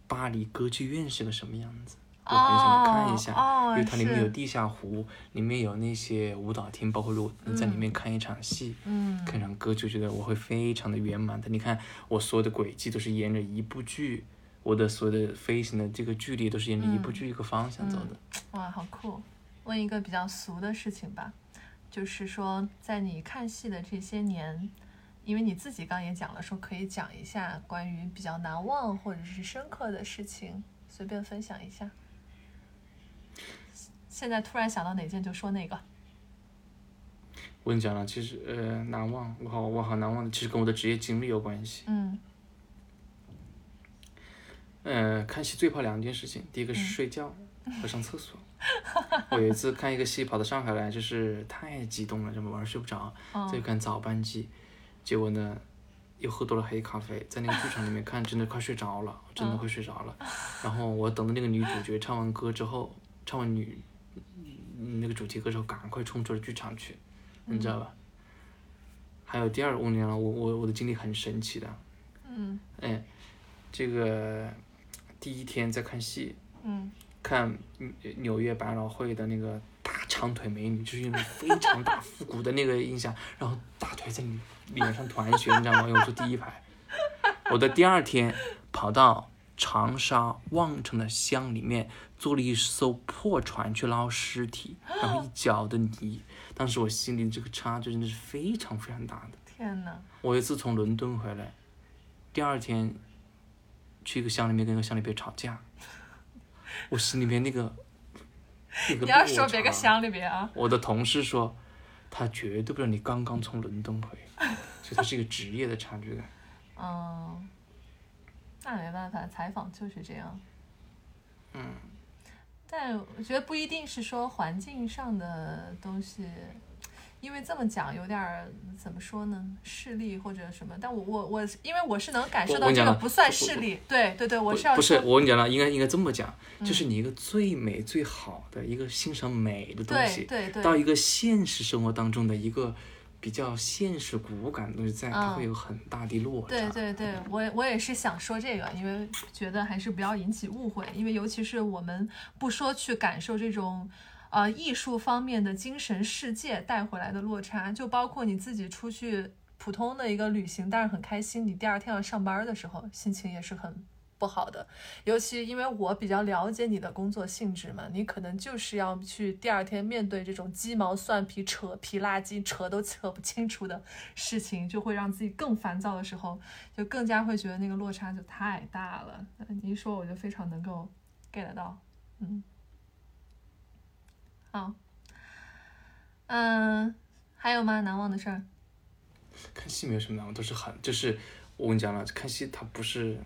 Speaker 2: 巴黎歌剧院是个什么样子，我
Speaker 3: 哦
Speaker 2: 很想去看一下，
Speaker 3: 哦
Speaker 2: 因为它里面
Speaker 3: 是
Speaker 2: 有地下湖，里面有那些舞蹈厅，包括如果能在里面看一场戏，
Speaker 3: 嗯
Speaker 2: 看一场歌剧，觉得我会非常的圆满的。你看我所有的轨迹都是沿着一部剧，我的所有的飞行的这个距离都是沿着一部剧一个方向走的。
Speaker 3: 哇好酷。问一个比较俗的事情吧，就是说在你看戏的这些年，因为你自己刚也讲了，说可以讲一下关于比较难忘或者是深刻的事情，随便分享一下。现在突然想到哪件就说哪个。
Speaker 2: 我跟你讲了，其实呃难忘，我好我好难忘的，其实跟我的职业经历有关系。
Speaker 3: 嗯
Speaker 2: 呃，看戏最怕两件事情，第一个是睡觉和上厕所。 我有一次看一个戏跑到上海来，就是太激动了，这么玩儿睡不着，再看早班机，结果呢又喝多了黑咖啡，在那个剧场里面看，真的快睡着了，真的快睡着了。然后我等到那个女主角唱完歌之后，唱完女那个主题歌手赶快冲出了剧场去，你知道吧？还有第二个五年了，我我我的经历很神奇的，
Speaker 3: 嗯
Speaker 2: 哎，这个第一天在看戏，
Speaker 3: 嗯
Speaker 2: 看纽纽约百老汇的那个大长腿美女，就是那种非常大复古的那个印象，然后大腿在你脸上团旋，你知道吗？因为我坐第一排。我的第二天跑到长沙望城的乡里面，坐了一艘破船去捞尸体，然后一脚的泥。当时我心里这个差距真的是非常非常大的。
Speaker 3: 天哪，
Speaker 2: 我有一次从伦敦回来，第二天去一个乡里面跟一个乡里边吵架，我心里面那个那个
Speaker 3: 你要说别
Speaker 2: 落
Speaker 3: 个
Speaker 2: 差，
Speaker 3: 乡里边啊，
Speaker 2: 我的同事说他绝对不知道你刚刚从伦敦回，所以他是一个职业的差距感。
Speaker 3: 嗯，那没办法，采访就是这样。
Speaker 2: 嗯，
Speaker 3: 但我觉得不一定是说环境上的东西，因为这么讲有点儿怎么说呢，势利或者什么。但我我我，因为我是能感受
Speaker 2: 我
Speaker 3: 到
Speaker 2: 我
Speaker 3: 这
Speaker 2: 讲
Speaker 3: 个
Speaker 2: 了
Speaker 3: 不算
Speaker 2: 不
Speaker 3: 势利，对对对，我是要
Speaker 2: 不是
Speaker 3: 说嗯
Speaker 2: 我跟你讲了，应该应该这么讲，就是你一个最美最好的一个欣赏美的东
Speaker 3: 对
Speaker 2: 西，
Speaker 3: 对对，
Speaker 2: 到一个现实生活当中的一个比较现实骨感的东西在，它
Speaker 3: 嗯
Speaker 2: 会有啊很大的落差。
Speaker 3: 对对对，我我也是想说这个，因为觉得还是不要引起误会，因为尤其是我们不说去感受这种。呃，艺术方面的精神世界带回来的落差，就包括你自己出去普通的一个旅行，但是很开心，你第二天要上班的时候，心情也是很不好的。尤其因为我比较了解你的工作性质嘛，你可能就是要去第二天面对这种鸡毛蒜皮、扯皮拉筋、扯都扯不清楚的事情，就会让自己更烦躁的时候，就更加会觉得那个落差就太大了。你一说我就非常能够 get 到，嗯，好，嗯，还有吗？难忘的事儿？
Speaker 2: 看戏没有什么难，我都是很就是我跟你讲了，看戏它不是，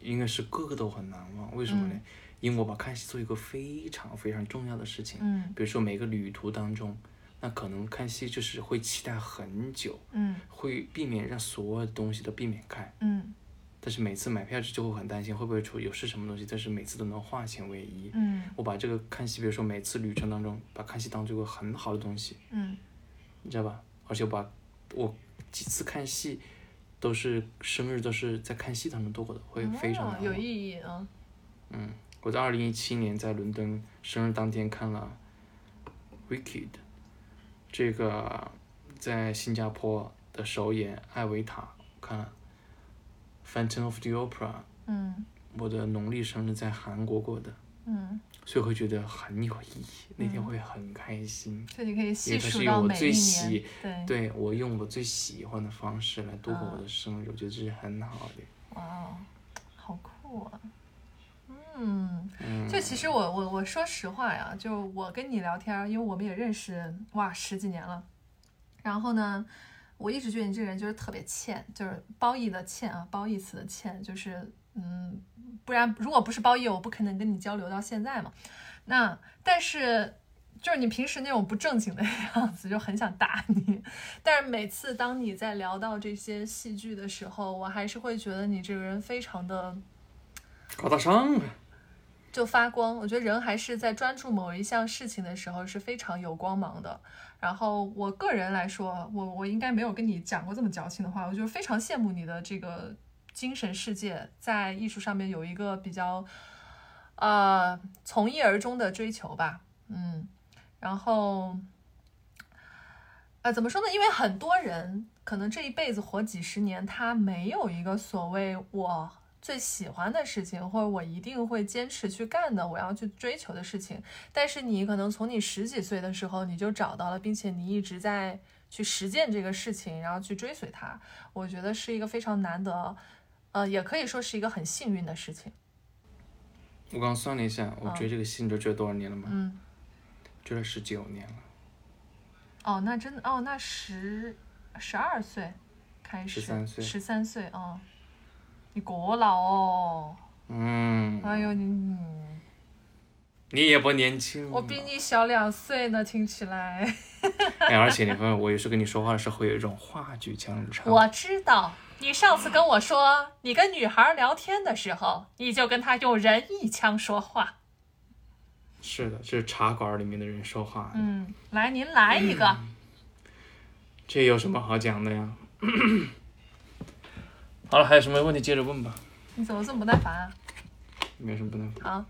Speaker 2: 应该是个个都很难忘。为什么呢？
Speaker 3: 嗯
Speaker 2: 因为我把看戏做一个非常非常重要的事情。
Speaker 3: 嗯
Speaker 2: 比如说每个旅途当中，那可能看戏就是会期待很久，
Speaker 3: 嗯
Speaker 2: 会避免让所有的东西都避免看。
Speaker 3: 嗯
Speaker 2: 但是每次买票就会很担心会不会出有是什么东西，但是每次都能化险为夷。
Speaker 3: 嗯
Speaker 2: 我把这个看戏，比如说每次旅程当中，把看戏当做一个很好的东西，
Speaker 3: 嗯
Speaker 2: 你知道吧？而且我把我几次看戏都是生日都是在看戏当中度过的，会非常
Speaker 3: 哦
Speaker 2: 难
Speaker 3: 有
Speaker 2: 忘。
Speaker 3: 意义啊。
Speaker 2: 嗯，我在二零一七年在伦敦生日当天看了《Wicked》，这个在新加坡的首演《艾维塔》看了，《Phantom of the Opera》，
Speaker 3: 嗯
Speaker 2: 我的农历生日在韩国过的，
Speaker 3: 嗯，
Speaker 2: 所以会觉得很有意义，那天会很开心。
Speaker 3: 所以你可以细
Speaker 2: 也可
Speaker 3: 数
Speaker 2: 是
Speaker 3: 到
Speaker 2: 我
Speaker 3: 每
Speaker 2: 最
Speaker 3: 一
Speaker 2: 喜
Speaker 3: 年，对
Speaker 2: 对我用我最喜欢的方式来度过
Speaker 3: 啊
Speaker 2: 我的生日，我觉得这是很好的。
Speaker 3: 哇哦，好酷啊！嗯，
Speaker 2: 嗯，
Speaker 3: 就其实我我我说实话呀，就我跟你聊天儿，因为我们也认识哇十几年了，然后呢，我一直觉得你这个人就是特别欠，就是褒义的欠啊，褒义词的欠，就是嗯，不然如果不是褒义，我不可能跟你交流到现在嘛。那但是就是你平时那种不正经的 样子，就很想打你。但是每次当你在聊到这些戏剧的时候，我还是会觉得你这个人非常的。
Speaker 2: 高大上啊！
Speaker 3: 就发光。我觉得人还是在专注某一项事情的时候是非常有光芒的。然后我个人来说，我我应该没有跟你讲过这么矫情的话，我就是非常羡慕你的这个精神世界，在艺术上面有一个比较呃从一而终的追求吧，嗯，然后。呃，怎么说呢？因为很多人可能这一辈子活几十年，他没有一个所谓我最喜欢的事情，或者我一定会坚持去干的，我要去追求的事情。但是你可能从你十几岁的时候你就找到了，并且你一直在去实践这个事情，然后去追随它。我觉得是一个非常难得，呃，也可以说是一个很幸运的事情。
Speaker 2: 我刚算了一下，我
Speaker 3: 嗯
Speaker 2: 追这个戏，你知道追了多少年了吗？
Speaker 3: 嗯，
Speaker 2: 追了十九年了，
Speaker 3: 哦，那真的，哦，那十十二岁开始，
Speaker 2: 13岁
Speaker 3: 十三岁，嗯，你果老哦，
Speaker 2: 嗯，
Speaker 3: 哎呦，你嗯
Speaker 2: 你也不年轻，
Speaker 3: 我比。你小两岁呢，听起来。
Speaker 2: 哎，而且你发现我有时候跟你说话的时候会有一种话剧腔唱，
Speaker 3: 我知道，你上次跟我说，你跟女孩聊天的时候，你就跟她用人一腔说话。
Speaker 2: 是的，这是茶馆里面的人说话，
Speaker 3: 嗯，来，您来一个。
Speaker 2: 这有什么好讲的呀？ 好了，还有什么问题接着问吧，
Speaker 3: 你怎么这么不耐烦啊？
Speaker 2: 没什么不能。
Speaker 3: 好，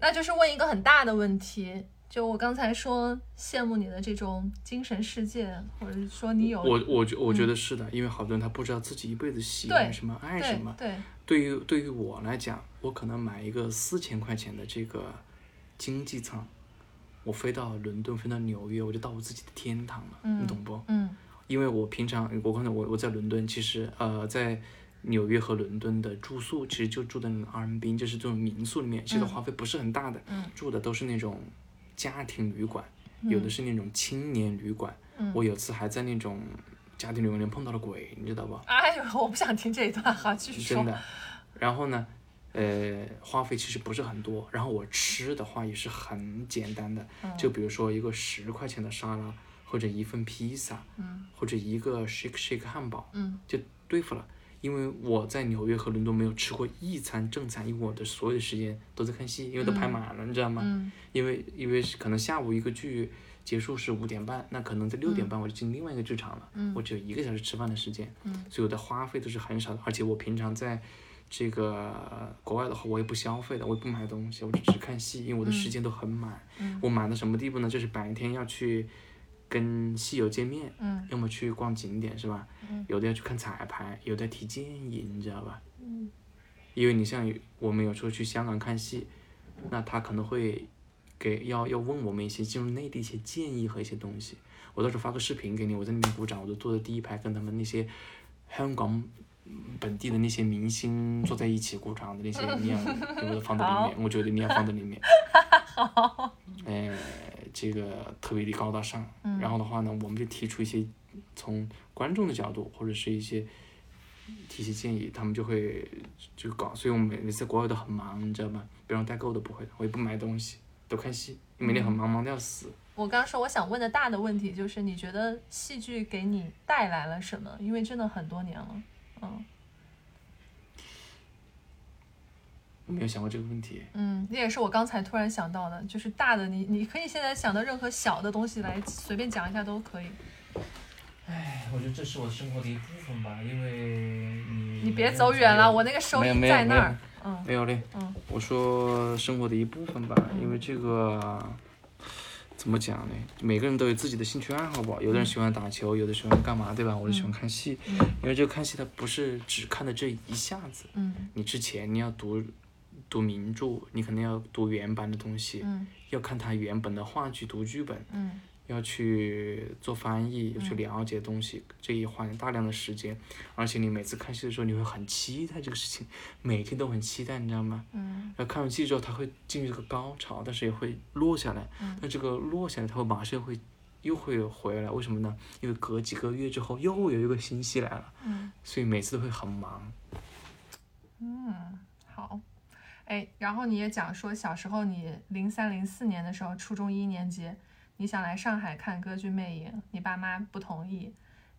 Speaker 3: 那就是问一个很大的问题，就我刚才说羡慕你的这种精神世界，或者是说你有
Speaker 2: 我我觉我觉得是的，因为好多人他不知道自己一辈子喜欢
Speaker 3: 嗯对
Speaker 2: 什么、爱什
Speaker 3: 对
Speaker 2: 么。
Speaker 3: 对，
Speaker 2: 对于对于我来讲，我可能买一个四千块钱的这个经济舱，我飞到伦敦，飞到纽约，我就到我自己的天堂了，
Speaker 3: 嗯
Speaker 2: 你懂不？
Speaker 3: 嗯
Speaker 2: 因为我平常我刚才我我在伦敦，其实呃在纽约和伦敦的住宿，其实就住的那种 R&B，就是这种民宿里面，其实
Speaker 3: 嗯
Speaker 2: 花费不是很大的，
Speaker 3: 嗯
Speaker 2: 住的都是那种家庭旅馆，有的是那种青年旅馆。
Speaker 3: 嗯
Speaker 2: 我有次还在那种家庭旅馆里面碰到了鬼，你知道吧？
Speaker 3: 哎呦，我不想听这一段哈，继续
Speaker 2: 是
Speaker 3: 说
Speaker 2: 真。的。然后呢，呃，花费其实不是很多。然后我吃的话也是很简单的，
Speaker 3: 嗯
Speaker 2: 就比如说一个十块钱的沙拉，或者一份披萨，
Speaker 3: 嗯
Speaker 2: 或者一个 shake shake 汉堡，
Speaker 3: 嗯
Speaker 2: 就对付了。因为我在纽约和伦敦没有吃过一餐正餐，因为我的所有的时间都在看戏，因为都排满了，你知道吗？
Speaker 3: 嗯
Speaker 2: 因为因为是可能下午一个剧结束是五点半，那可能在六点半我就进另外一个剧场了，
Speaker 3: 嗯
Speaker 2: 我只有一个小时吃饭的时间，
Speaker 3: 嗯
Speaker 2: 所以我的花费都是很少的，而且我平常在这个呃国外的话，我也不消费的，我也不买东西，我就只看戏，因为我的时间都很满，
Speaker 3: 嗯
Speaker 2: 我满到什么地步呢？就是白天要去跟戏友见面，
Speaker 3: 嗯
Speaker 2: 要么去逛景点是吧？
Speaker 3: 嗯
Speaker 2: 有的要去看彩排，有的提建议，你知道吧？
Speaker 3: 嗯
Speaker 2: 因为你像有我们有时候去香港看戏，那他可能会给要要问我们一些进入内地一些建议和一些东西。我到时候发个视频给你，我在那边鼓掌，我就坐在第一排，跟他们那些香港本地的那些明星坐在一起鼓掌的那些一样，我都放到里面。我觉得你要放在里 面。好。哎，这个特别的高大上。
Speaker 3: 嗯
Speaker 2: 然后的话呢，我们就提出一些从观众的角度或者是一些提些建议，他们就会就搞。所以我每每次在国外都很忙，你知道吗？别人代购都不会的，我也不买东西，都看戏。每天很忙，忙的要死。
Speaker 3: 我刚说我想问的大的问题就是，你觉得戏剧给你带来了什么？因为真的很多年了，嗯
Speaker 2: 我没有想过这个问题。
Speaker 3: 嗯，这也是我刚才突然想到的，就是大的你你可以现在想到任何小的东西来随便讲一下都可以，
Speaker 2: 哎，我觉得这是我生活的一部分吧，因为你
Speaker 3: 你别走远了，我那个收
Speaker 2: 没有
Speaker 3: 音
Speaker 2: 没有
Speaker 3: 在
Speaker 2: 没
Speaker 3: 那
Speaker 2: 有
Speaker 3: 儿，嗯
Speaker 2: 没有嘞，
Speaker 3: 嗯
Speaker 2: 我说生活的一部分吧，因为这个怎么讲呢？每个人都有自己的兴趣爱好吧，有的
Speaker 3: 嗯
Speaker 2: 人喜欢打球，有的喜欢干嘛，对吧？我就喜欢看戏，因为这个看戏它不是只看的这一下子，
Speaker 3: 嗯
Speaker 2: 你之前你要读读名著，你肯定要读原版的东西，
Speaker 3: 嗯
Speaker 2: 要看它原本的话剧，读剧本，
Speaker 3: 嗯
Speaker 2: 要去做翻译，要去了解东西，这也花你大量的时间，而且你每次看戏的时候，你会很期待这个事情，每天都很期待，你知道吗？
Speaker 3: 嗯
Speaker 2: 然后看完戏之后，它会进入一个高潮，但是也会落下来。
Speaker 3: 嗯
Speaker 2: 那这个落下来，它会马上会又会回来，为什么呢？因为隔几个月之后又有一个新戏来了，
Speaker 3: 嗯
Speaker 2: 所以每次都会很忙。
Speaker 3: 嗯，好。哎，然后你也讲说，小时候你零三零四年的时候，初中一年级，你想来上海看歌剧魅影，你爸妈不同意。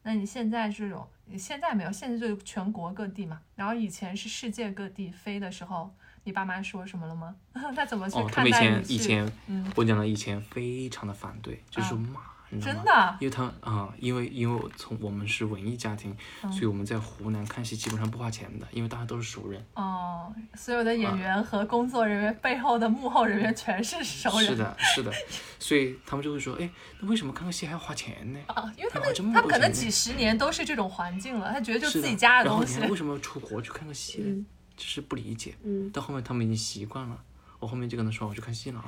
Speaker 3: 那你现在这种，你现在没有，现在就全国各地嘛。然后以前是世界各地飞的时候，你爸妈说什么了吗？ 他怎么去
Speaker 2: 哦，他们
Speaker 3: 看
Speaker 2: 以
Speaker 3: 待
Speaker 2: 前
Speaker 3: 你去？
Speaker 2: 以前，
Speaker 3: 嗯
Speaker 2: 我讲了，以前非常的反对，就是
Speaker 3: 啊
Speaker 2: 骂，你知道吗？
Speaker 3: 真的，
Speaker 2: 因为他们啊、因为因为我从我们是文艺家庭，
Speaker 3: 嗯
Speaker 2: 所以我们在湖南看戏基本上不花钱的，因为大家都是熟人。
Speaker 3: 哦，所有的演员和工作人员背后的幕后人员全是熟人
Speaker 2: 是的，是 的，所以他们就会说，哎，那为什么看个戏还要花钱呢？
Speaker 3: 啊，因为他
Speaker 2: 哇
Speaker 3: 们
Speaker 2: 这么
Speaker 3: 他们
Speaker 2: 多
Speaker 3: 可能
Speaker 2: 钱
Speaker 3: 几十年都是这种环境了，他觉得就是自己家的
Speaker 2: 然后
Speaker 3: 东
Speaker 2: 你
Speaker 3: 西嗯
Speaker 2: 还。为什么要出国去看个戏呢？就是不理解。到后面他们已经习惯了，我后面就跟他说我去看戏了啊，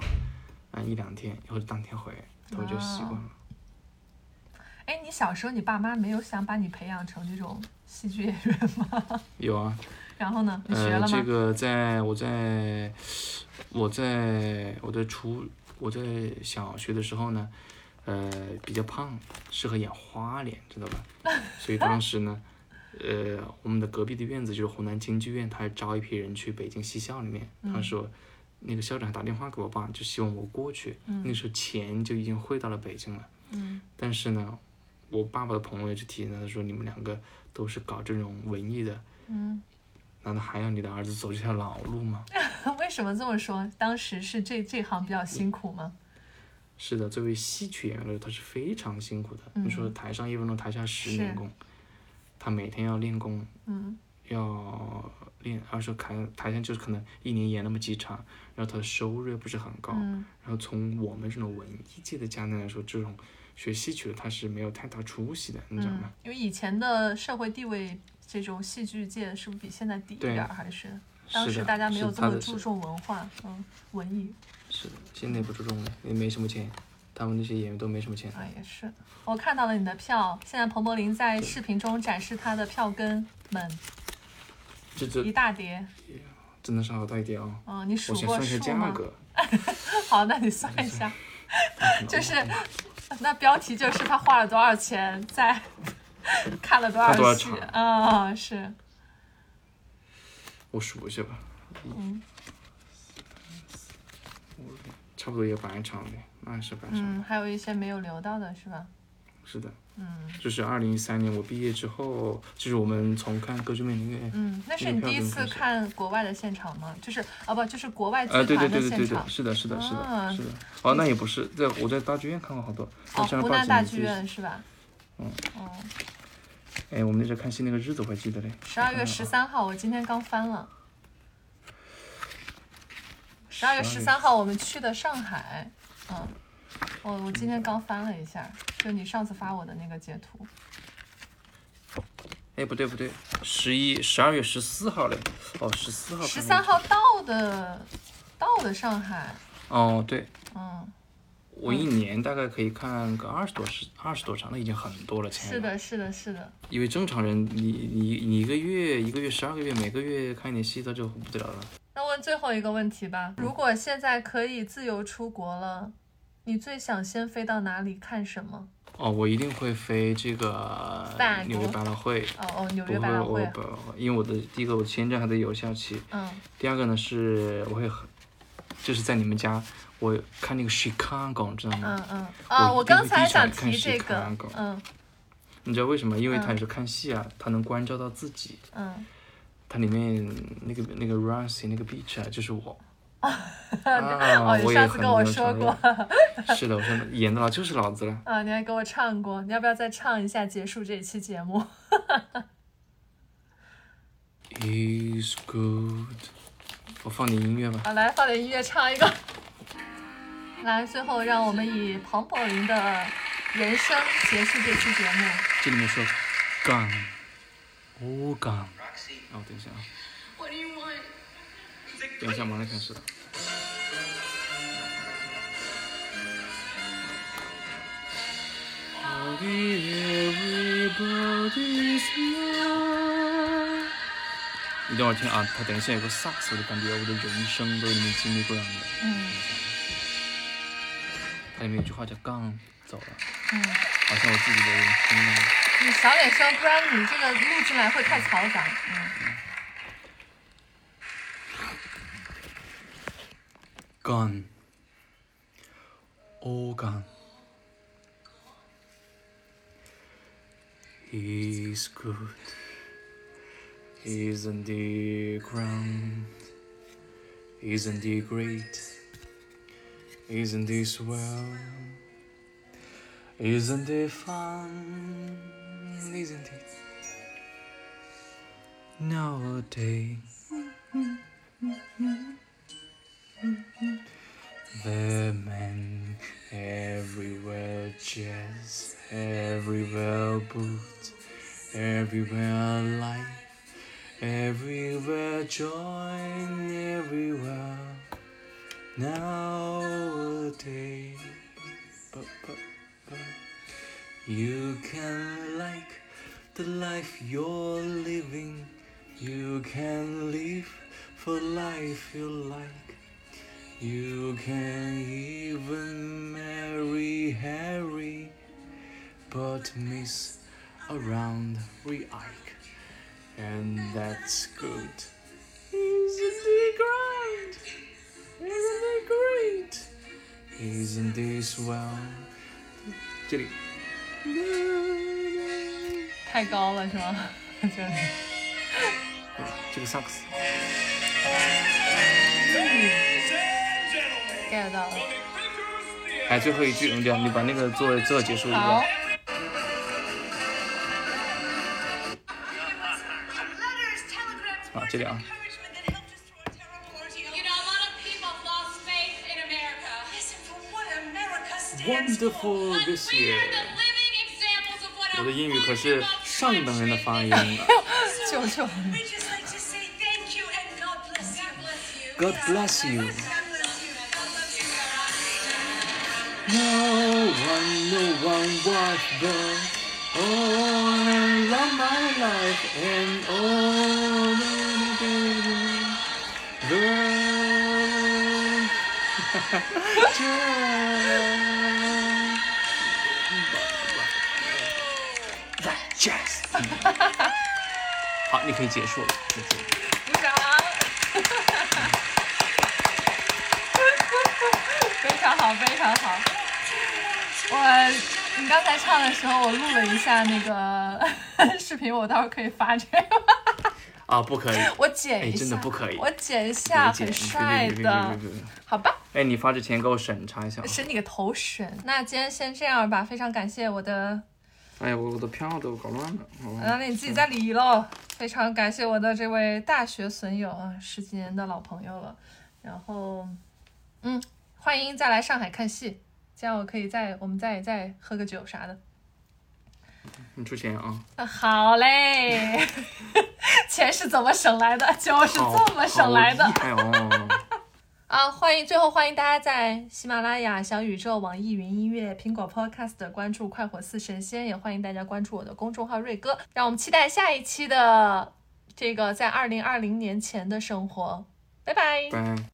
Speaker 2: 嗯，一两天或者当天回，他们就习惯了。
Speaker 3: 哎，你小时候你爸妈没有想把你培养成这种戏剧演员吗？
Speaker 2: 有啊，
Speaker 3: 然后呢，你学
Speaker 2: 呃，
Speaker 3: 了
Speaker 2: 这
Speaker 3: 吗？
Speaker 2: 个在我在我在我在初我在小学的时候呢，呃，比较胖，适合演花脸，知道吧？所以当时呢，呃，我们的隔壁的院子就是湖南京剧院，他还招一批人去北京戏校里面。他
Speaker 3: 嗯
Speaker 2: 说，那个校长还打电话给我爸，就希望我过去。那时候钱就已经汇到了北京了。
Speaker 3: 嗯
Speaker 2: 但是呢，我爸爸的朋友就提醒他他说，你们两个都是搞这种文艺的。
Speaker 3: 嗯
Speaker 2: 难道还要你的儿子走这条老路吗？
Speaker 3: 为什么这么说？当时是这这行比较辛苦吗？
Speaker 2: 是的，作为戏曲演员来说，他是非常辛苦的。
Speaker 3: 嗯
Speaker 2: 你说台上一分钟，台下十
Speaker 3: 是
Speaker 2: 年功，他每天要练功，
Speaker 3: 嗯
Speaker 2: 要练，而且台台下就是可能一年演那么几场，然后他的收入又不是很高，
Speaker 3: 嗯
Speaker 2: 然后从我们这种文艺界的家庭来说，这种学戏曲的他是没有太大出息的，你知道
Speaker 3: 嗯
Speaker 2: 吗？，
Speaker 3: 因为以前的社会地位，这种戏剧界是不是比现在低一
Speaker 2: 对
Speaker 3: 点儿？还是当
Speaker 2: 是
Speaker 3: 时
Speaker 2: 的，
Speaker 3: 大家没有
Speaker 2: 是
Speaker 3: 这
Speaker 2: 他
Speaker 3: 么
Speaker 2: 的
Speaker 3: 注
Speaker 2: 是
Speaker 3: 重文化，嗯，文艺
Speaker 2: 是的，现在也不注重了，也没什么钱，他们那些演员都没什么钱。
Speaker 3: 啊也是。我看到了你的票，现在彭柏林在视频中展示他的票根们
Speaker 2: 这这
Speaker 3: 一大叠，
Speaker 2: 真的是好大一点哦！
Speaker 3: 嗯，你
Speaker 2: 呃
Speaker 3: 数
Speaker 2: 我先
Speaker 3: 过
Speaker 2: 算一下
Speaker 3: 数
Speaker 2: 价
Speaker 3: 吗？
Speaker 2: 格，
Speaker 3: 好，那你算一下，就
Speaker 2: 就是
Speaker 3: 那标题就是他花了多少钱在看了多少
Speaker 2: 看多少
Speaker 3: 戏
Speaker 2: 场
Speaker 3: 啊、是
Speaker 2: 我数一下吧，
Speaker 3: 嗯
Speaker 2: 差不多有半场的，那是半场。
Speaker 3: 嗯，还有一些没有留到的是吧？
Speaker 2: 是的，
Speaker 3: 嗯
Speaker 2: 就是二零一三年我毕业之后，就是我们从看《歌剧魅影》那个，
Speaker 3: 嗯，那是
Speaker 2: 那个
Speaker 3: 你
Speaker 2: 票
Speaker 3: 第一
Speaker 2: 根
Speaker 3: 次
Speaker 2: 本是
Speaker 3: 看国外的现场吗？就是啊不，就是国外剧
Speaker 2: 呃，对对
Speaker 3: 团的
Speaker 2: 对对对
Speaker 3: 现
Speaker 2: 对，
Speaker 3: 场。
Speaker 2: 是的，是的，是
Speaker 3: 啊
Speaker 2: 的，是的。哦，那也不是，在我在大剧院看过好多，
Speaker 3: 哦
Speaker 2: 我，上了
Speaker 3: 湖
Speaker 2: 报
Speaker 3: 南
Speaker 2: 纸
Speaker 3: 大
Speaker 2: 你
Speaker 3: 剧
Speaker 2: 记得
Speaker 3: 院是吧？
Speaker 2: 嗯
Speaker 3: 哦，
Speaker 2: 哎，我们那时候看戏那个日子我还记得嘞，
Speaker 3: 十二月十三号，我今天刚翻了。十二月十三号，我们去的上海。嗯，我我今天刚翻了一下，就你上次发我的那个截图。
Speaker 2: 哎，不对不对，十一十二月十四号嘞，哦，十四号看的，
Speaker 3: 十三号到的，到的上海。
Speaker 2: 哦，对，
Speaker 3: 嗯，
Speaker 2: 我一年大概可以看个二十多十二十多场，那已经很多了，亲爱
Speaker 3: 是的，是的，是的。
Speaker 2: 因为正常人，你你你一个月一个月十二个月，每个月看一点戏，到就不得了了。
Speaker 3: 那问最后一个问题吧，如果现在可以自由出国了，你最想先飞到哪里看什么？
Speaker 2: 哦，我一定会飞这个
Speaker 3: 法国
Speaker 2: 纽约百老汇，
Speaker 3: 哦哦，纽
Speaker 2: 不
Speaker 3: 约
Speaker 2: 会
Speaker 3: 百老
Speaker 2: 我
Speaker 3: 汇。
Speaker 2: 不，因为我的第一个我的签证还得有效期，
Speaker 3: 嗯
Speaker 2: 第二个呢是我会很，就是在你们家，我看那个 Chicago，你知道吗？
Speaker 3: 嗯嗯。啊，
Speaker 2: 我
Speaker 3: 我
Speaker 2: 一定
Speaker 3: 刚
Speaker 2: 会
Speaker 3: 才
Speaker 2: 立场
Speaker 3: 想
Speaker 2: 看啊
Speaker 3: 提这个
Speaker 2: ，Chicago。
Speaker 3: 嗯
Speaker 2: 你知道为什么？因为他
Speaker 3: 嗯
Speaker 2: 也是看戏啊，他能关照到自己。
Speaker 3: 嗯，
Speaker 2: 它里面那个那个 Rusty 那个 beach 啊，就是 我。
Speaker 3: 哦，
Speaker 2: 啊，
Speaker 3: 你
Speaker 2: 我
Speaker 3: 上
Speaker 2: 也
Speaker 3: 次
Speaker 2: 很
Speaker 3: 跟我
Speaker 2: 能
Speaker 3: 说
Speaker 2: 承
Speaker 3: 过
Speaker 2: 认。是的，我说演的老就是老子了。
Speaker 3: 啊，你还给我唱过，你要不要再唱一下结束这一期节目？
Speaker 2: Is good。我放点音乐吧。
Speaker 3: 啊，来放点音乐唱一个。来，最后让我们以庞宝林的人生结束这期节目。
Speaker 2: 这里面说，杠，五杠。哦，等一下啊，
Speaker 6: What do you want?
Speaker 2: 等一下，马上开始了。All the everybody's love 你等会儿听啊，他等一下有个萨克斯，我就感觉我的人生都已经经历过样的。
Speaker 3: 嗯
Speaker 2: 它里面有句话叫“杠走了
Speaker 3: 嗯，”，
Speaker 2: 好像我自己的人生啊。
Speaker 3: 你小点声，不然你这个录进来会太嘈杂。嗯，
Speaker 2: 杠，欧杠。He's good. He's on the ground. He's on the great. He's in this world. Isn't it fun? Isn't it? Nowadays. The men everywhere jazz, everywhere boots, everywhere life, everywhere joy, and everywhere nowadays. Bu- bu- bu- You can like the life you're living, you can live for life you like. You can even marry Harry, but miss around re Ike, and that's good. Isn't it great? Isn't it great? Isn't this well? 这里，
Speaker 3: 太高了是吗？就是。
Speaker 2: 这个萨克斯
Speaker 3: get 到了。
Speaker 2: 哎，最后一句，我们讲，你把那个做做结束一
Speaker 3: 好
Speaker 2: 下。，
Speaker 6: Letters, telegrams,
Speaker 2: Ah,
Speaker 6: words
Speaker 2: check it
Speaker 6: of
Speaker 2: out.
Speaker 6: encouragement that helped us through a terrible ordeal.
Speaker 7: You know, a lot of people have lost faith in America.
Speaker 6: Listen for what America stands for.
Speaker 2: Wonderful
Speaker 7: But
Speaker 2: this
Speaker 7: we
Speaker 2: year。
Speaker 7: are the living examples of what
Speaker 2: 我
Speaker 7: a
Speaker 2: 的英语可是
Speaker 7: wonderful
Speaker 2: 上等人的
Speaker 7: country
Speaker 2: 发
Speaker 7: is.
Speaker 2: 音啊。
Speaker 6: So,
Speaker 3: Chill, chill.
Speaker 6: We just like to say thank you and God bless you.
Speaker 2: God bless you.
Speaker 6: God bless you. God bless you.
Speaker 2: No one, no one was born. Oh, I love my life and all the baby girl. 这 Yes，好，你可以结束了。你结束
Speaker 3: 鼓掌。非常好，非常好。我你刚才唱的时候，我录了一下那个视频，我到时候可以发这个，
Speaker 2: 啊，不可以。
Speaker 3: 我剪
Speaker 2: 哎
Speaker 3: 一下。
Speaker 2: 真的不可以
Speaker 3: 我剪一
Speaker 2: 别
Speaker 3: 下，
Speaker 2: 剪
Speaker 3: 很
Speaker 2: 别
Speaker 3: 帅
Speaker 2: 别别别
Speaker 3: 的
Speaker 2: 别。别别
Speaker 3: 好吧。
Speaker 2: 哎，你发之前给我审查一下啊。
Speaker 3: 是你个头神！那今天先这样吧，非常感谢我的，
Speaker 4: 哎呀，我我的票都搞乱了。好吧
Speaker 3: 嗯，那你自己再理喽。非常感谢我的这位大学损友啊，十几年的老朋友了。然后，嗯，欢迎再来上海看戏，这样我可以再我们再再喝个酒啥的。
Speaker 4: 你出钱啊！
Speaker 3: 那好嘞， 钱是怎么省来的？酒是
Speaker 2: 好
Speaker 3: 这么省来的
Speaker 2: 好厉害哦！
Speaker 3: 啊！欢迎，最后欢迎大家在喜马拉雅、小宇宙、网易云音乐、苹果 Podcast 关注“快活似神仙”，也欢迎大家关注我的公众号“瑞哥”。让我们期待下一期的这个在二零二零年前的生活。拜拜。
Speaker 4: 拜。